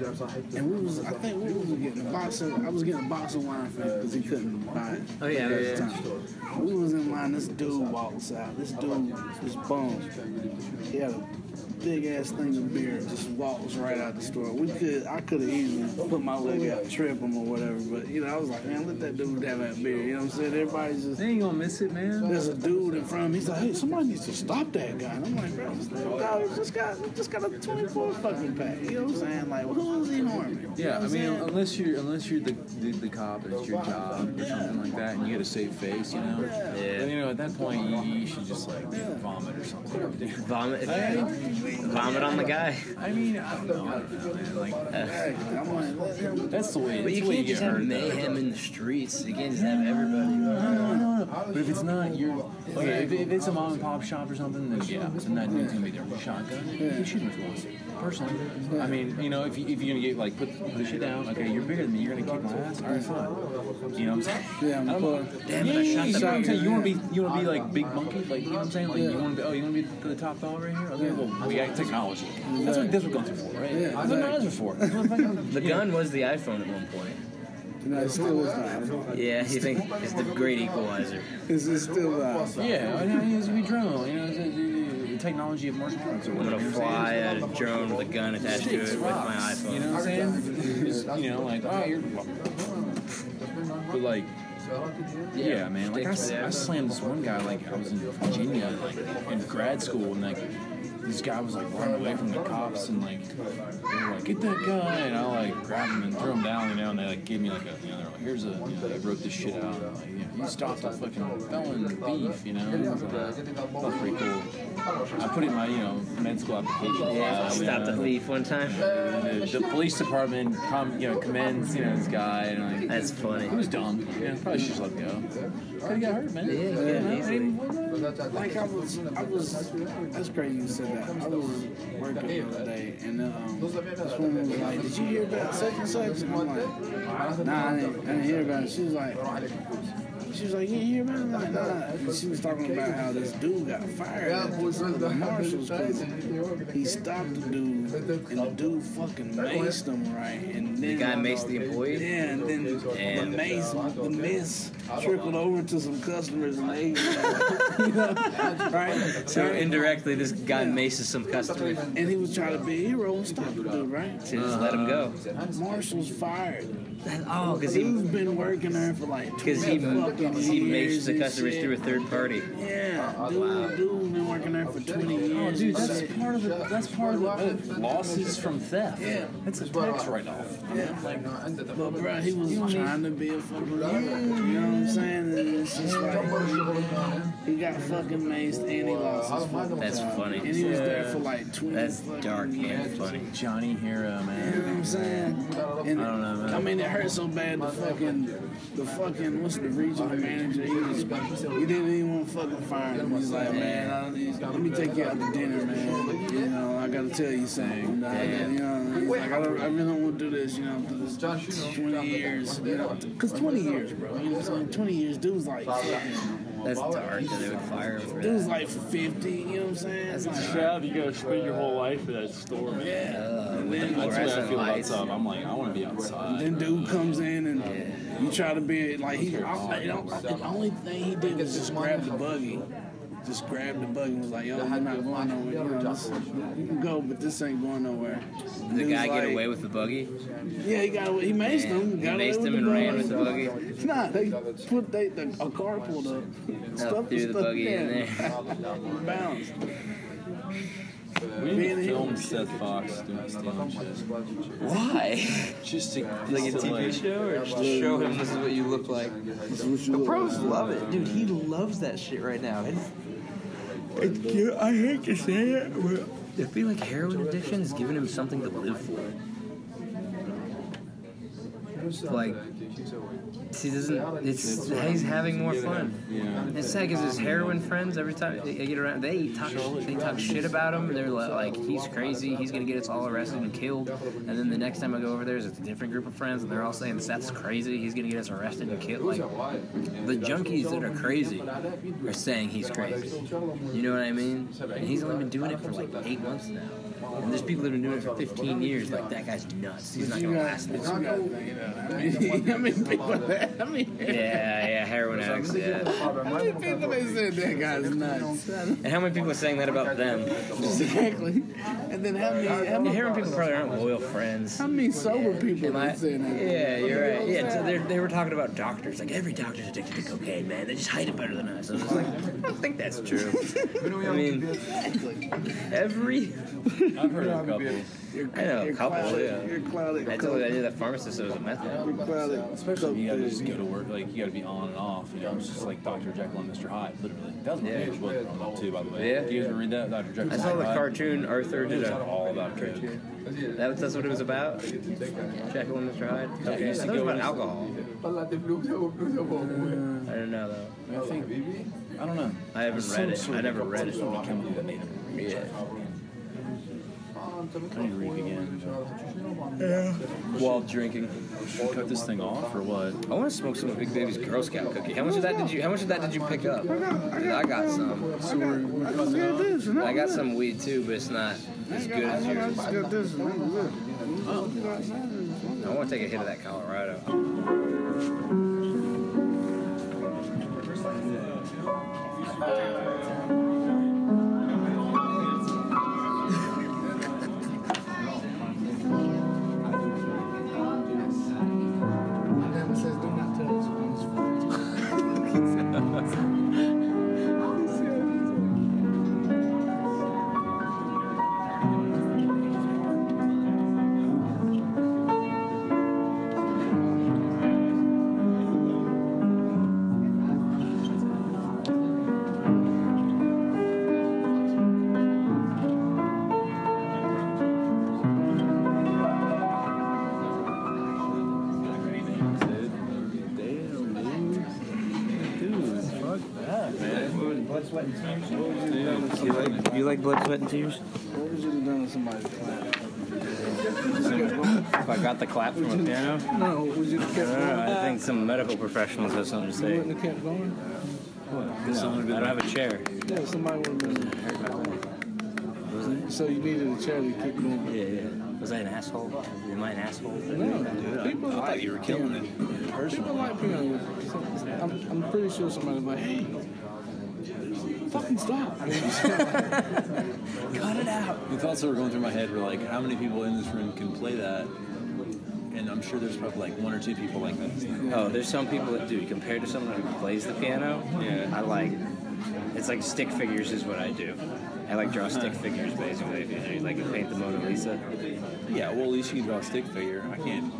and we was, I think we was getting a box of, I was getting a box of wine for him because he couldn't buy it. Oh, yeah, at the yeah, time. We was in line, this dude walks out. This dude, this bum, he had a big ass thing of beer, just walks right out the store. We could, I could have easily put my leg out, trip him or whatever, but, you know, I was like, man, let that dude have that beer. You know what I'm saying? Everybody's just, They ain't gonna miss it, man. there's a dude in front of me. He's like, "Hey, somebody needs to stop that guy." And I'm like, "Bro, this little dog has just got just got a 24 fucking pack." You know what I'm saying? Like, who is he harming? You know Yeah, what I I'm mean, saying? unless you're unless you're the the, the cop, it's your job or something like that, and you got a safe face, you know. Yeah. But, you know, at that point, you, you should just like vomit or something. vomit. I mean, Vomit on the guy. I mean, I don't know. I don't know, man. Like, Hey, I'm like, let him- that's the way. But That's you the way you can't get just have hurt. though. mayhem in the streets. You can't just have everybody. No, no, no. But if it's not your, okay, if, if it's a mom and pop shop or something, then yeah, then that dude's gonna be there with a shotgun. You shouldn't influence it. Personally, I mean, you know, if, you, if you're gonna get like put put the shit down, okay, you're bigger than me, you're gonna kick my ass. All right, fine. You know what I'm saying? Yeah, I'm I don't- poor. Damn it, yeah, I yeah, shot you the know what I'm saying? bugger. You wanna be, you wanna be like big monkey, like you know what I'm saying? Like you wanna be, oh, you wanna be the top dog right here? Okay, well, we got technology. That's what this what guns are for, right? That's what knives are for. The gun was the iPhone at one point. No, it's still was not. Yeah, you think it's the great equalizer. It's, it's still not. Yeah, I mean, it's gonna be drone. You know, it's, it's, the technology of martial arts or I'm whatever. gonna fly a drone with a gun attached to it with my iPhone. You know what I'm saying? Just, you know, like, oh, you're. But like, Yeah, man. Like I, s- I slammed this one guy like I was in Virginia like in grad school and like this guy was like running away from the cops and like they were like get that guy and I like grabbed him and threw him down you know and they like gave me like a you know they're like here's a you know they wrote this shit out and, like you, know, you stopped a fucking felon beef you know and I was like, that was pretty cool I put it in my you know med school application Yeah, file, you stopped know. a thief one time. the, the police department com- you know commends you know this guy and like That's funny. he was dumb. Yeah, probably should just let him go. Could have got hurt, man. Yeah, easily. Like I was, I was. That's crazy you said that. I was working the other day, and um, this woman was like, "Did you hear about such and such?" And I'm like, "Nah, I didn't, I didn't hear about it." She was like, "She was like, you didn't hear about it?" I'm like, nah. And she was talking about how this dude got fired at the, the marshals. 'cause He stopped the dude, and the dude fucking maced him right, and then The guy maced the employee. yeah, and then Damn. the uh, mace, the mist trickled over to some customers, and they, you know, right? So indirectly, this guy maces some customers and And he was trying to be a hero and stop the dude, right? just let him go. Marshall's fired. Oh, because he He's been working there for like because he 12 fucking he years makes the and customers shit. through a third party. Uh, Yeah, dude, dude been working there for 20 years. Oh, Dude, that's part of the. That's part of the oath. losses from theft. Yeah. that's a tax write-off. But bro, he was trying to be a fucking hero. You know what I'm saying? And it's just like he got fucking maced and he lost his fucking That's job. funny. And he was there for like 20 That's fucking dark and years. funny. Johnny Hero, You know man. what I'm saying? And I don't know, man. I mean, it hurt so bad. The fucking, the fucking, what's the regional manager? He, was, he didn't even want to fucking fire him. He's like, man, I, let me take you out to dinner, man. You know, I gotta tell you something. Nah, You know, he's like, I, don't, I really don't want to do this. You know, 'cause it's 20 years. You know, cause 20 years, bro. You know what I'm saying? 20 years, dude's like, fucking- That's dark that they would fire him for dude's that. like 50. You know what I'm saying? It's like, Shut up, you gotta spend your whole life in that store, man. yeah. And That's then- the way I Fluorescent feel about lights. some. I'm like, I want to be outside. Then dude comes in and you try to be like he. I, you know, the only thing he did was just grab the buggy, just grab the buggy and was like, "Yo, you're not going nowhere. You, know, this, you can go, but this ain't going nowhere." Did the guy get away with the buggy? Yeah, he got away. He maced him. He Got away maced with him the and ran with the buggy. buggy. Nah, they put they the, a car pulled up, stuffed uh, threw the stuff buggy in there, bounced. We need to Man, film Seth Fox doing stealing shit. Why? Just to Like a so, TV show, or just show him this is what you look like? The pros love it, dude. He loves that shit right now. It's, it's cute. I hate to say it, but I feel like heroin addiction is giving him something to live for. Like, he doesn't. It's he's having more fun. Yeah. It's sad because his heroin friends every time they get around, they talk they talk shit about him. They're li- like, he's crazy. He's gonna get us all arrested and killed. And then the next time I go over there, it's a different group of friends, and they're all saying Seth's crazy. He's gonna get us arrested and killed. Like, the junkies that are crazy are saying he's crazy. You know what I mean? And he's only been doing it for like eight months now. And there's people that have been doing it for 15 years. Like that guy's nuts. He's not You gonna got, last you this. got, you know, I mean, I mean, people that, I mean, Yeah, yeah, heroin addicts. Yeah. how many people they said that guy's nuts? And how many people are saying that about them? Exactly. And then how many, how The many, heroin people probably aren't loyal friends. how many sober people Am I- are saying that? Yeah, you're right. Yeah, so they're- they were talking about doctors. Like every doctor's addicted to cocaine, man. They just hide it better than us. I was just like, I don't think that's true. I mean, every I've heard of a couple. I know a couple. clouded, Yeah, You're clouded. I told you I knew that pharmacist was a meth lab. You're clouded. You gotta just go to work, like, you gotta be on and off. You know, it's just like Dr. Jekyll and Mr. Hyde, literally. That was my Yeah. favorite book growing up, too, by the way. Yeah. Do you ever read that? Dr. Jekyll I and saw the Hyde? cartoon Arthur. It Did was I? all about coke. That was that's what it was about. Jekyll and Mr. Hyde. Okay, I used to thought it was about go in- alcohol. I don't know though. I think, I don't know. Oh, I haven't Some read it. sort I of- never read some it. sort of chemical that made him rich, I think. I need to read it again. While drinking, Should we cut this thing off or what? I want to smoke some of Big Baby's Girl Scout cookie. How much of that did you? How much of that did you pick up? I got some. I just got this. And I got some weed too, but it's not as good as I yours. just got this. And I want to take a hit of that Colorado. I What would you have done if You like somebody? you like blood, sweat, and tears? What would you have done if somebody clapped? If I got the clap from a piano, No, would you have kept I, don't going? Uh, know, I think some medical professionals have something to You say. wouldn't have kept going? No, I don't have a chair. Yeah, somebody would have been. So you needed a chair to keep going. Yeah, yeah. Was I an asshole? Am I an asshole? No, dude. People I thought like you were killing piano. it. People like piano. So, I'm, I'm pretty sure somebody's like, hey, fucking stop. Cut it out. The thoughts that were going through my head were like, how many people in this room can play that? And I'm sure there's probably like one or two people like that. Oh, there's some people that do. Compared to someone who plays the piano, Yeah. I like. It's like stick figures is what I do. I like draw stick Uh-huh. figures basically. You know, you like paint the Mona Lisa. Yeah, well, at least you can draw a stick figure. I can't.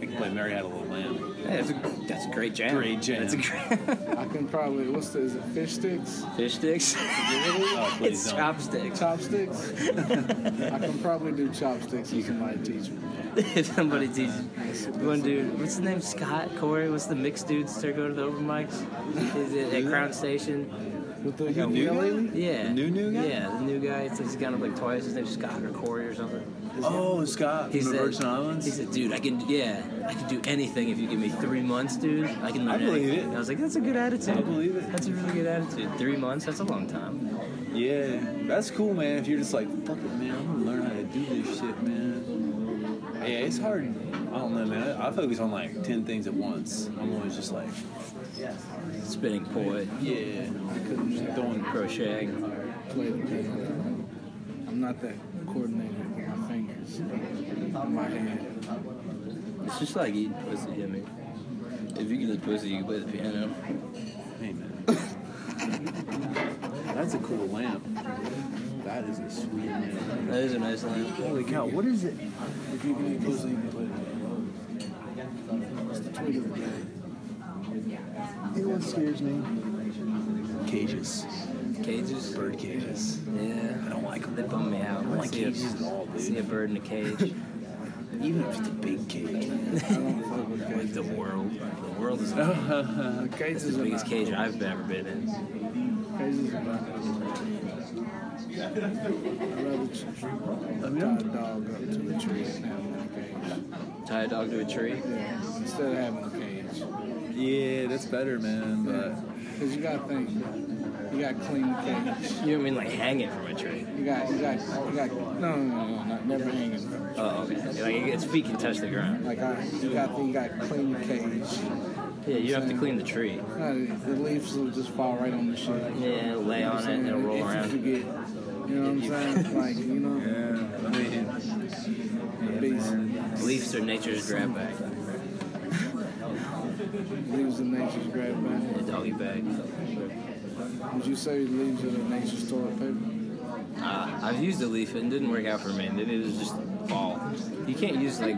I can play Mary Had a Little Lamb. Yeah, that's a that's a great jam. Great jam. That's a great I can probably, what's the, is it fish sticks? fish sticks. Oh, please It's don't. chopsticks. Chopsticks? I can probably do chopsticks if somebody teach me. If somebody teaches one dude, what's his name? Scott Corey. What's the mixed dudes that go to the open mics? Is it at Crown Station? With the a new ukulele? Yeah. The new, new guy? Yeah, the new guy. It's, he's gone up like twice. His name's Scott or Corey or something. Oh, Scott He from the said- Virgin He Islands. said, "Dude, I can. Yeah, I can do anything if you give me three months, dude. I can learn I believe anything." it. I was like, "That's a good attitude. I believe it. That's a really good attitude. Three months. That's a long time. Yeah, that's cool, man. If you're just like, fuck it, man, I'm gonna learn how to do this shit, man. Yeah, it's hard. I don't know, man. I, I focus on like ten things at once. I'm always just like, Spinning poi, yeah, throwing crocheting. Play the piano. I'm not that coordinated with my fingers. In my hand. It's just like eating pussy. I mean, if you can eat pussy, you can play the piano. Hey man. That's a cool lamp. That is a sweet lamp. That is a nice lamp. Holy cow, what is it? If you can eat pussy, you can play the piano. It's the tweet of the day. You know what scares me? Cages. Cages. Bird cages. Yeah. I don't like them. They bum me out. I don't like cages at all, I see a dude. bird in a cage. Even if it's a big like cage. the world. The world is the The cases are biggest not. cage I've ever been in. Cases are not. I'd rather ch- tie a dog up to a tree than have it in a cage. Tie a dog to a tree. Yeah, instead of having a cage. Yeah, that's better, man. But Because you got to think, you got to clean the cage. You know what I mean? Like hang it from a tree. You got, you got, you got, no, no, no, no, not, never hanging. Oh, okay. Like it- its feet can touch the ground. Like, I, you got to, you got to clean the cage. Yeah, you have to clean the tree. No, the leaves will just fall right on the shit. Yeah, lay on it and it'll roll if around. You forget, you know what I'm saying? Like, you know, yeah, I mean, bees, Leaves are nature's grab bag, leaves of nature's grab bag. a doggy bag. Would you say leaves are the nature's toilet paper? Uh, I've used a leaf and it didn't work out for me. It was just fall. You can't use like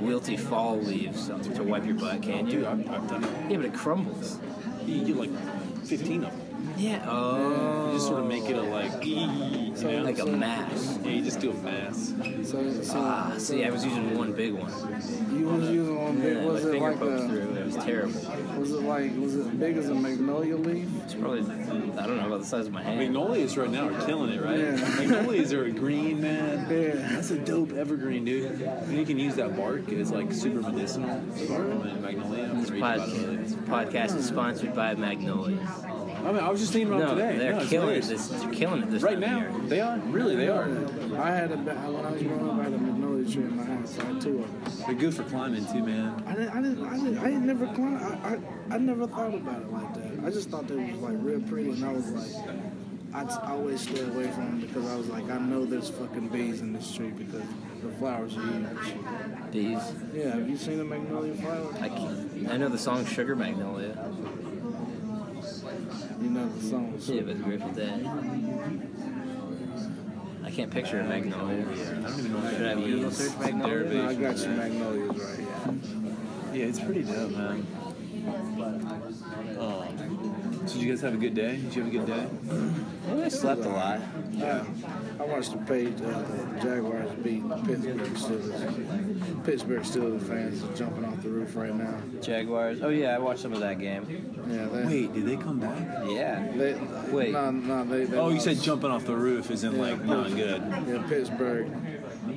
wilty fall leaves to wipe your butt, can you? dude, I've, I've done it. Yeah, but it crumbles. You get like 15 of them. Yeah. Oh. You just sort of make it a like, you know? like a mass. yeah, you just do a mass. So, so Ah, see, I was using one big one. you was using one big, Yeah, my was it finger like poked a, through. It was terrible. was it like, was it big as a magnolia leaf? It's probably I don't know about the size of my hand. Magnolias right now are killing it, right? Yeah. Magnolias are a green, man. Yeah. That's a dope evergreen, dude. And you can use that bark. It's like super medicinal. Bark, Magnolia. This Read pod- about it later. podcast is sponsored by Magnolia. I mean, I was just thinking No, about today. they're No, it's killing it. hilarious. This, they're killing it this Right time of now, year. they are. Really, they are. I had a ba- when I was growing up, I had a magnolia tree in my house. I had two of them. They're good for climbing too, man. I didn't, I didn't, I didn't, I ain't never climbed. I, I, I never thought about it like that. I just thought they was like real pretty, and I was like, I t- always stay away from them because I was like, I know there's fucking bees in this tree because the flowers are huge. Bees. Yeah, have you seen a magnolia flower? I, can't, I know the song Sugar Magnolia. You know the song. So Yeah, but the Grateful Dead. I can't picture a magnolia. I don't even know what Should I that Google is. search magnolia? Oh, I got your magnolias right here. Yeah, it's pretty dope, man. Um, so did you guys have a good day? Did you have a good day? I slept a lot. Uh, I watched the page uh, the Jaguars beat the Pittsburgh Steelers. Pittsburgh Steelers fans are jumping off the roof right now. Jaguars. Oh yeah, I watched some of that game. Yeah, they, Wait, did they come back? Yeah. They, Wait. No, no, they, they Oh, you lost. said jumping off the roof isn't like not good. Yeah, Pittsburgh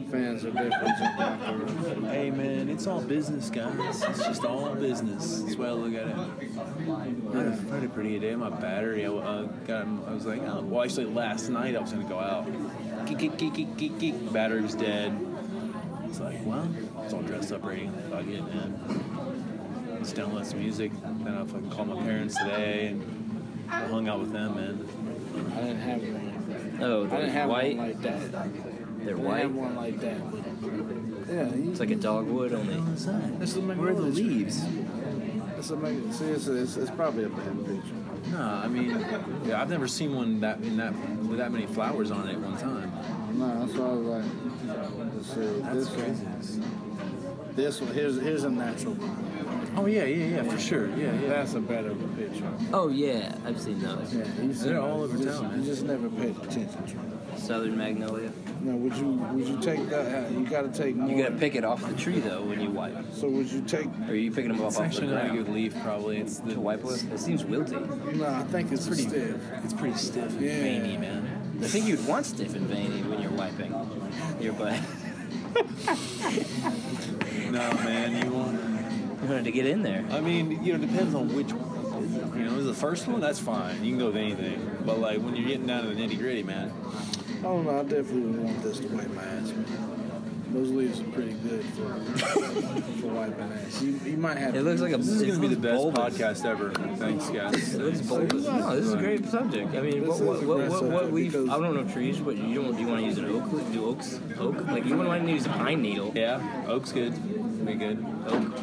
fans are different. jumping off the roof. Hey man, it's all business, guys. It's just all business. That's why I look at it. I had a, I had a pretty good day. My battery, I, uh, got, I was like, oh, well, actually, last night I was gonna go out. Geek, geek, geek, geek, geek, geek. Battery was dead. It's like, well, I was all dressed up, ready. Fuck it, man. Just download some music. Then I fucking called my parents today and I hung out with them, man. I didn't have one. Oh, I didn't they're have white. one like that. They're I didn't have white. one like that. Yeah, you, It's like a dogwood only. that's the Where are the Magnolia tree. leaves? That's the Magnolia- See, it's, it's, it's probably a bad picture. No, I mean, yeah, I've never seen one that in that with that many flowers on it at one time. No, that's why I was like, let's see, this one, this one, here's here's a natural one. Oh yeah, yeah, yeah, for sure. Yeah, yeah. That's a better picture. Oh yeah, I've seen those. Yeah, you see, They're all over you town, Just, man. you just never paid attention. to it. Southern magnolia. Now, would you would you take that? out? You got to take more. You gotta pick it off the tree though when you wipe. So would you take? Or are you picking them up It's off the actually not a good ground? leaf, probably. It's the To wipe with? It seems wilty. No, I think it's pretty stiff. It's pretty stiff and Yeah. veiny, man. I think you'd want stiff and veiny when you're wiping your butt. No, man, you want. You wanted to get in there. I mean, you know, it depends on which. one. You know, the first one, that's fine. You can go with anything. But like when you're getting down to the nitty gritty, man. I don't know. Oh, I definitely would want this to wipe my ass. with. Those leaves are pretty good for for wiping ass. You, you might have. It looks like a. This is it gonna be the looks best bulbous. podcast ever. Thanks, guys. It looks bulbous. No, this is a great subject. I mean, what, This is what, a what, great what, what subject leaf? I because- don't know trees. What you don't? Do you want to use an oak? Do oaks? Oak? Like you wouldn't want to use a pine needle. Yeah, oak's good. Be good. Oak.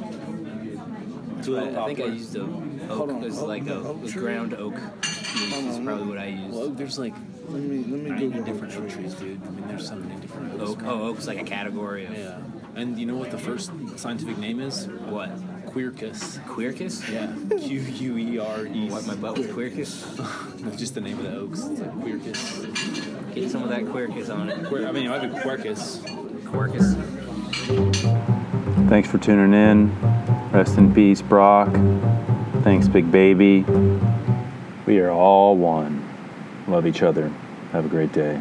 Tulip I, I think I poplar. used a oak Hold on, as oak- like a oak a tree? ground oak. That's probably what I Well, used. oak, there's like Let me let me 90 Google different oak trees, dude. I mean, there's so many different oaks. Oak. Oh, oak's like a category of Yeah. And you know what the first scientific name is? what? Quercus. Quercus. Yeah. Q U E R E. Wipe my butt with Quercus. Just the name of the oaks. It's like Quercus. Get some of that Quercus on it. Quer- I mean, I have a Quercus. Quercus. Thanks for tuning in. Rest in peace, Brock. Thanks, Big Baby. We are all one. Love each other. Have a great day.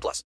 plus.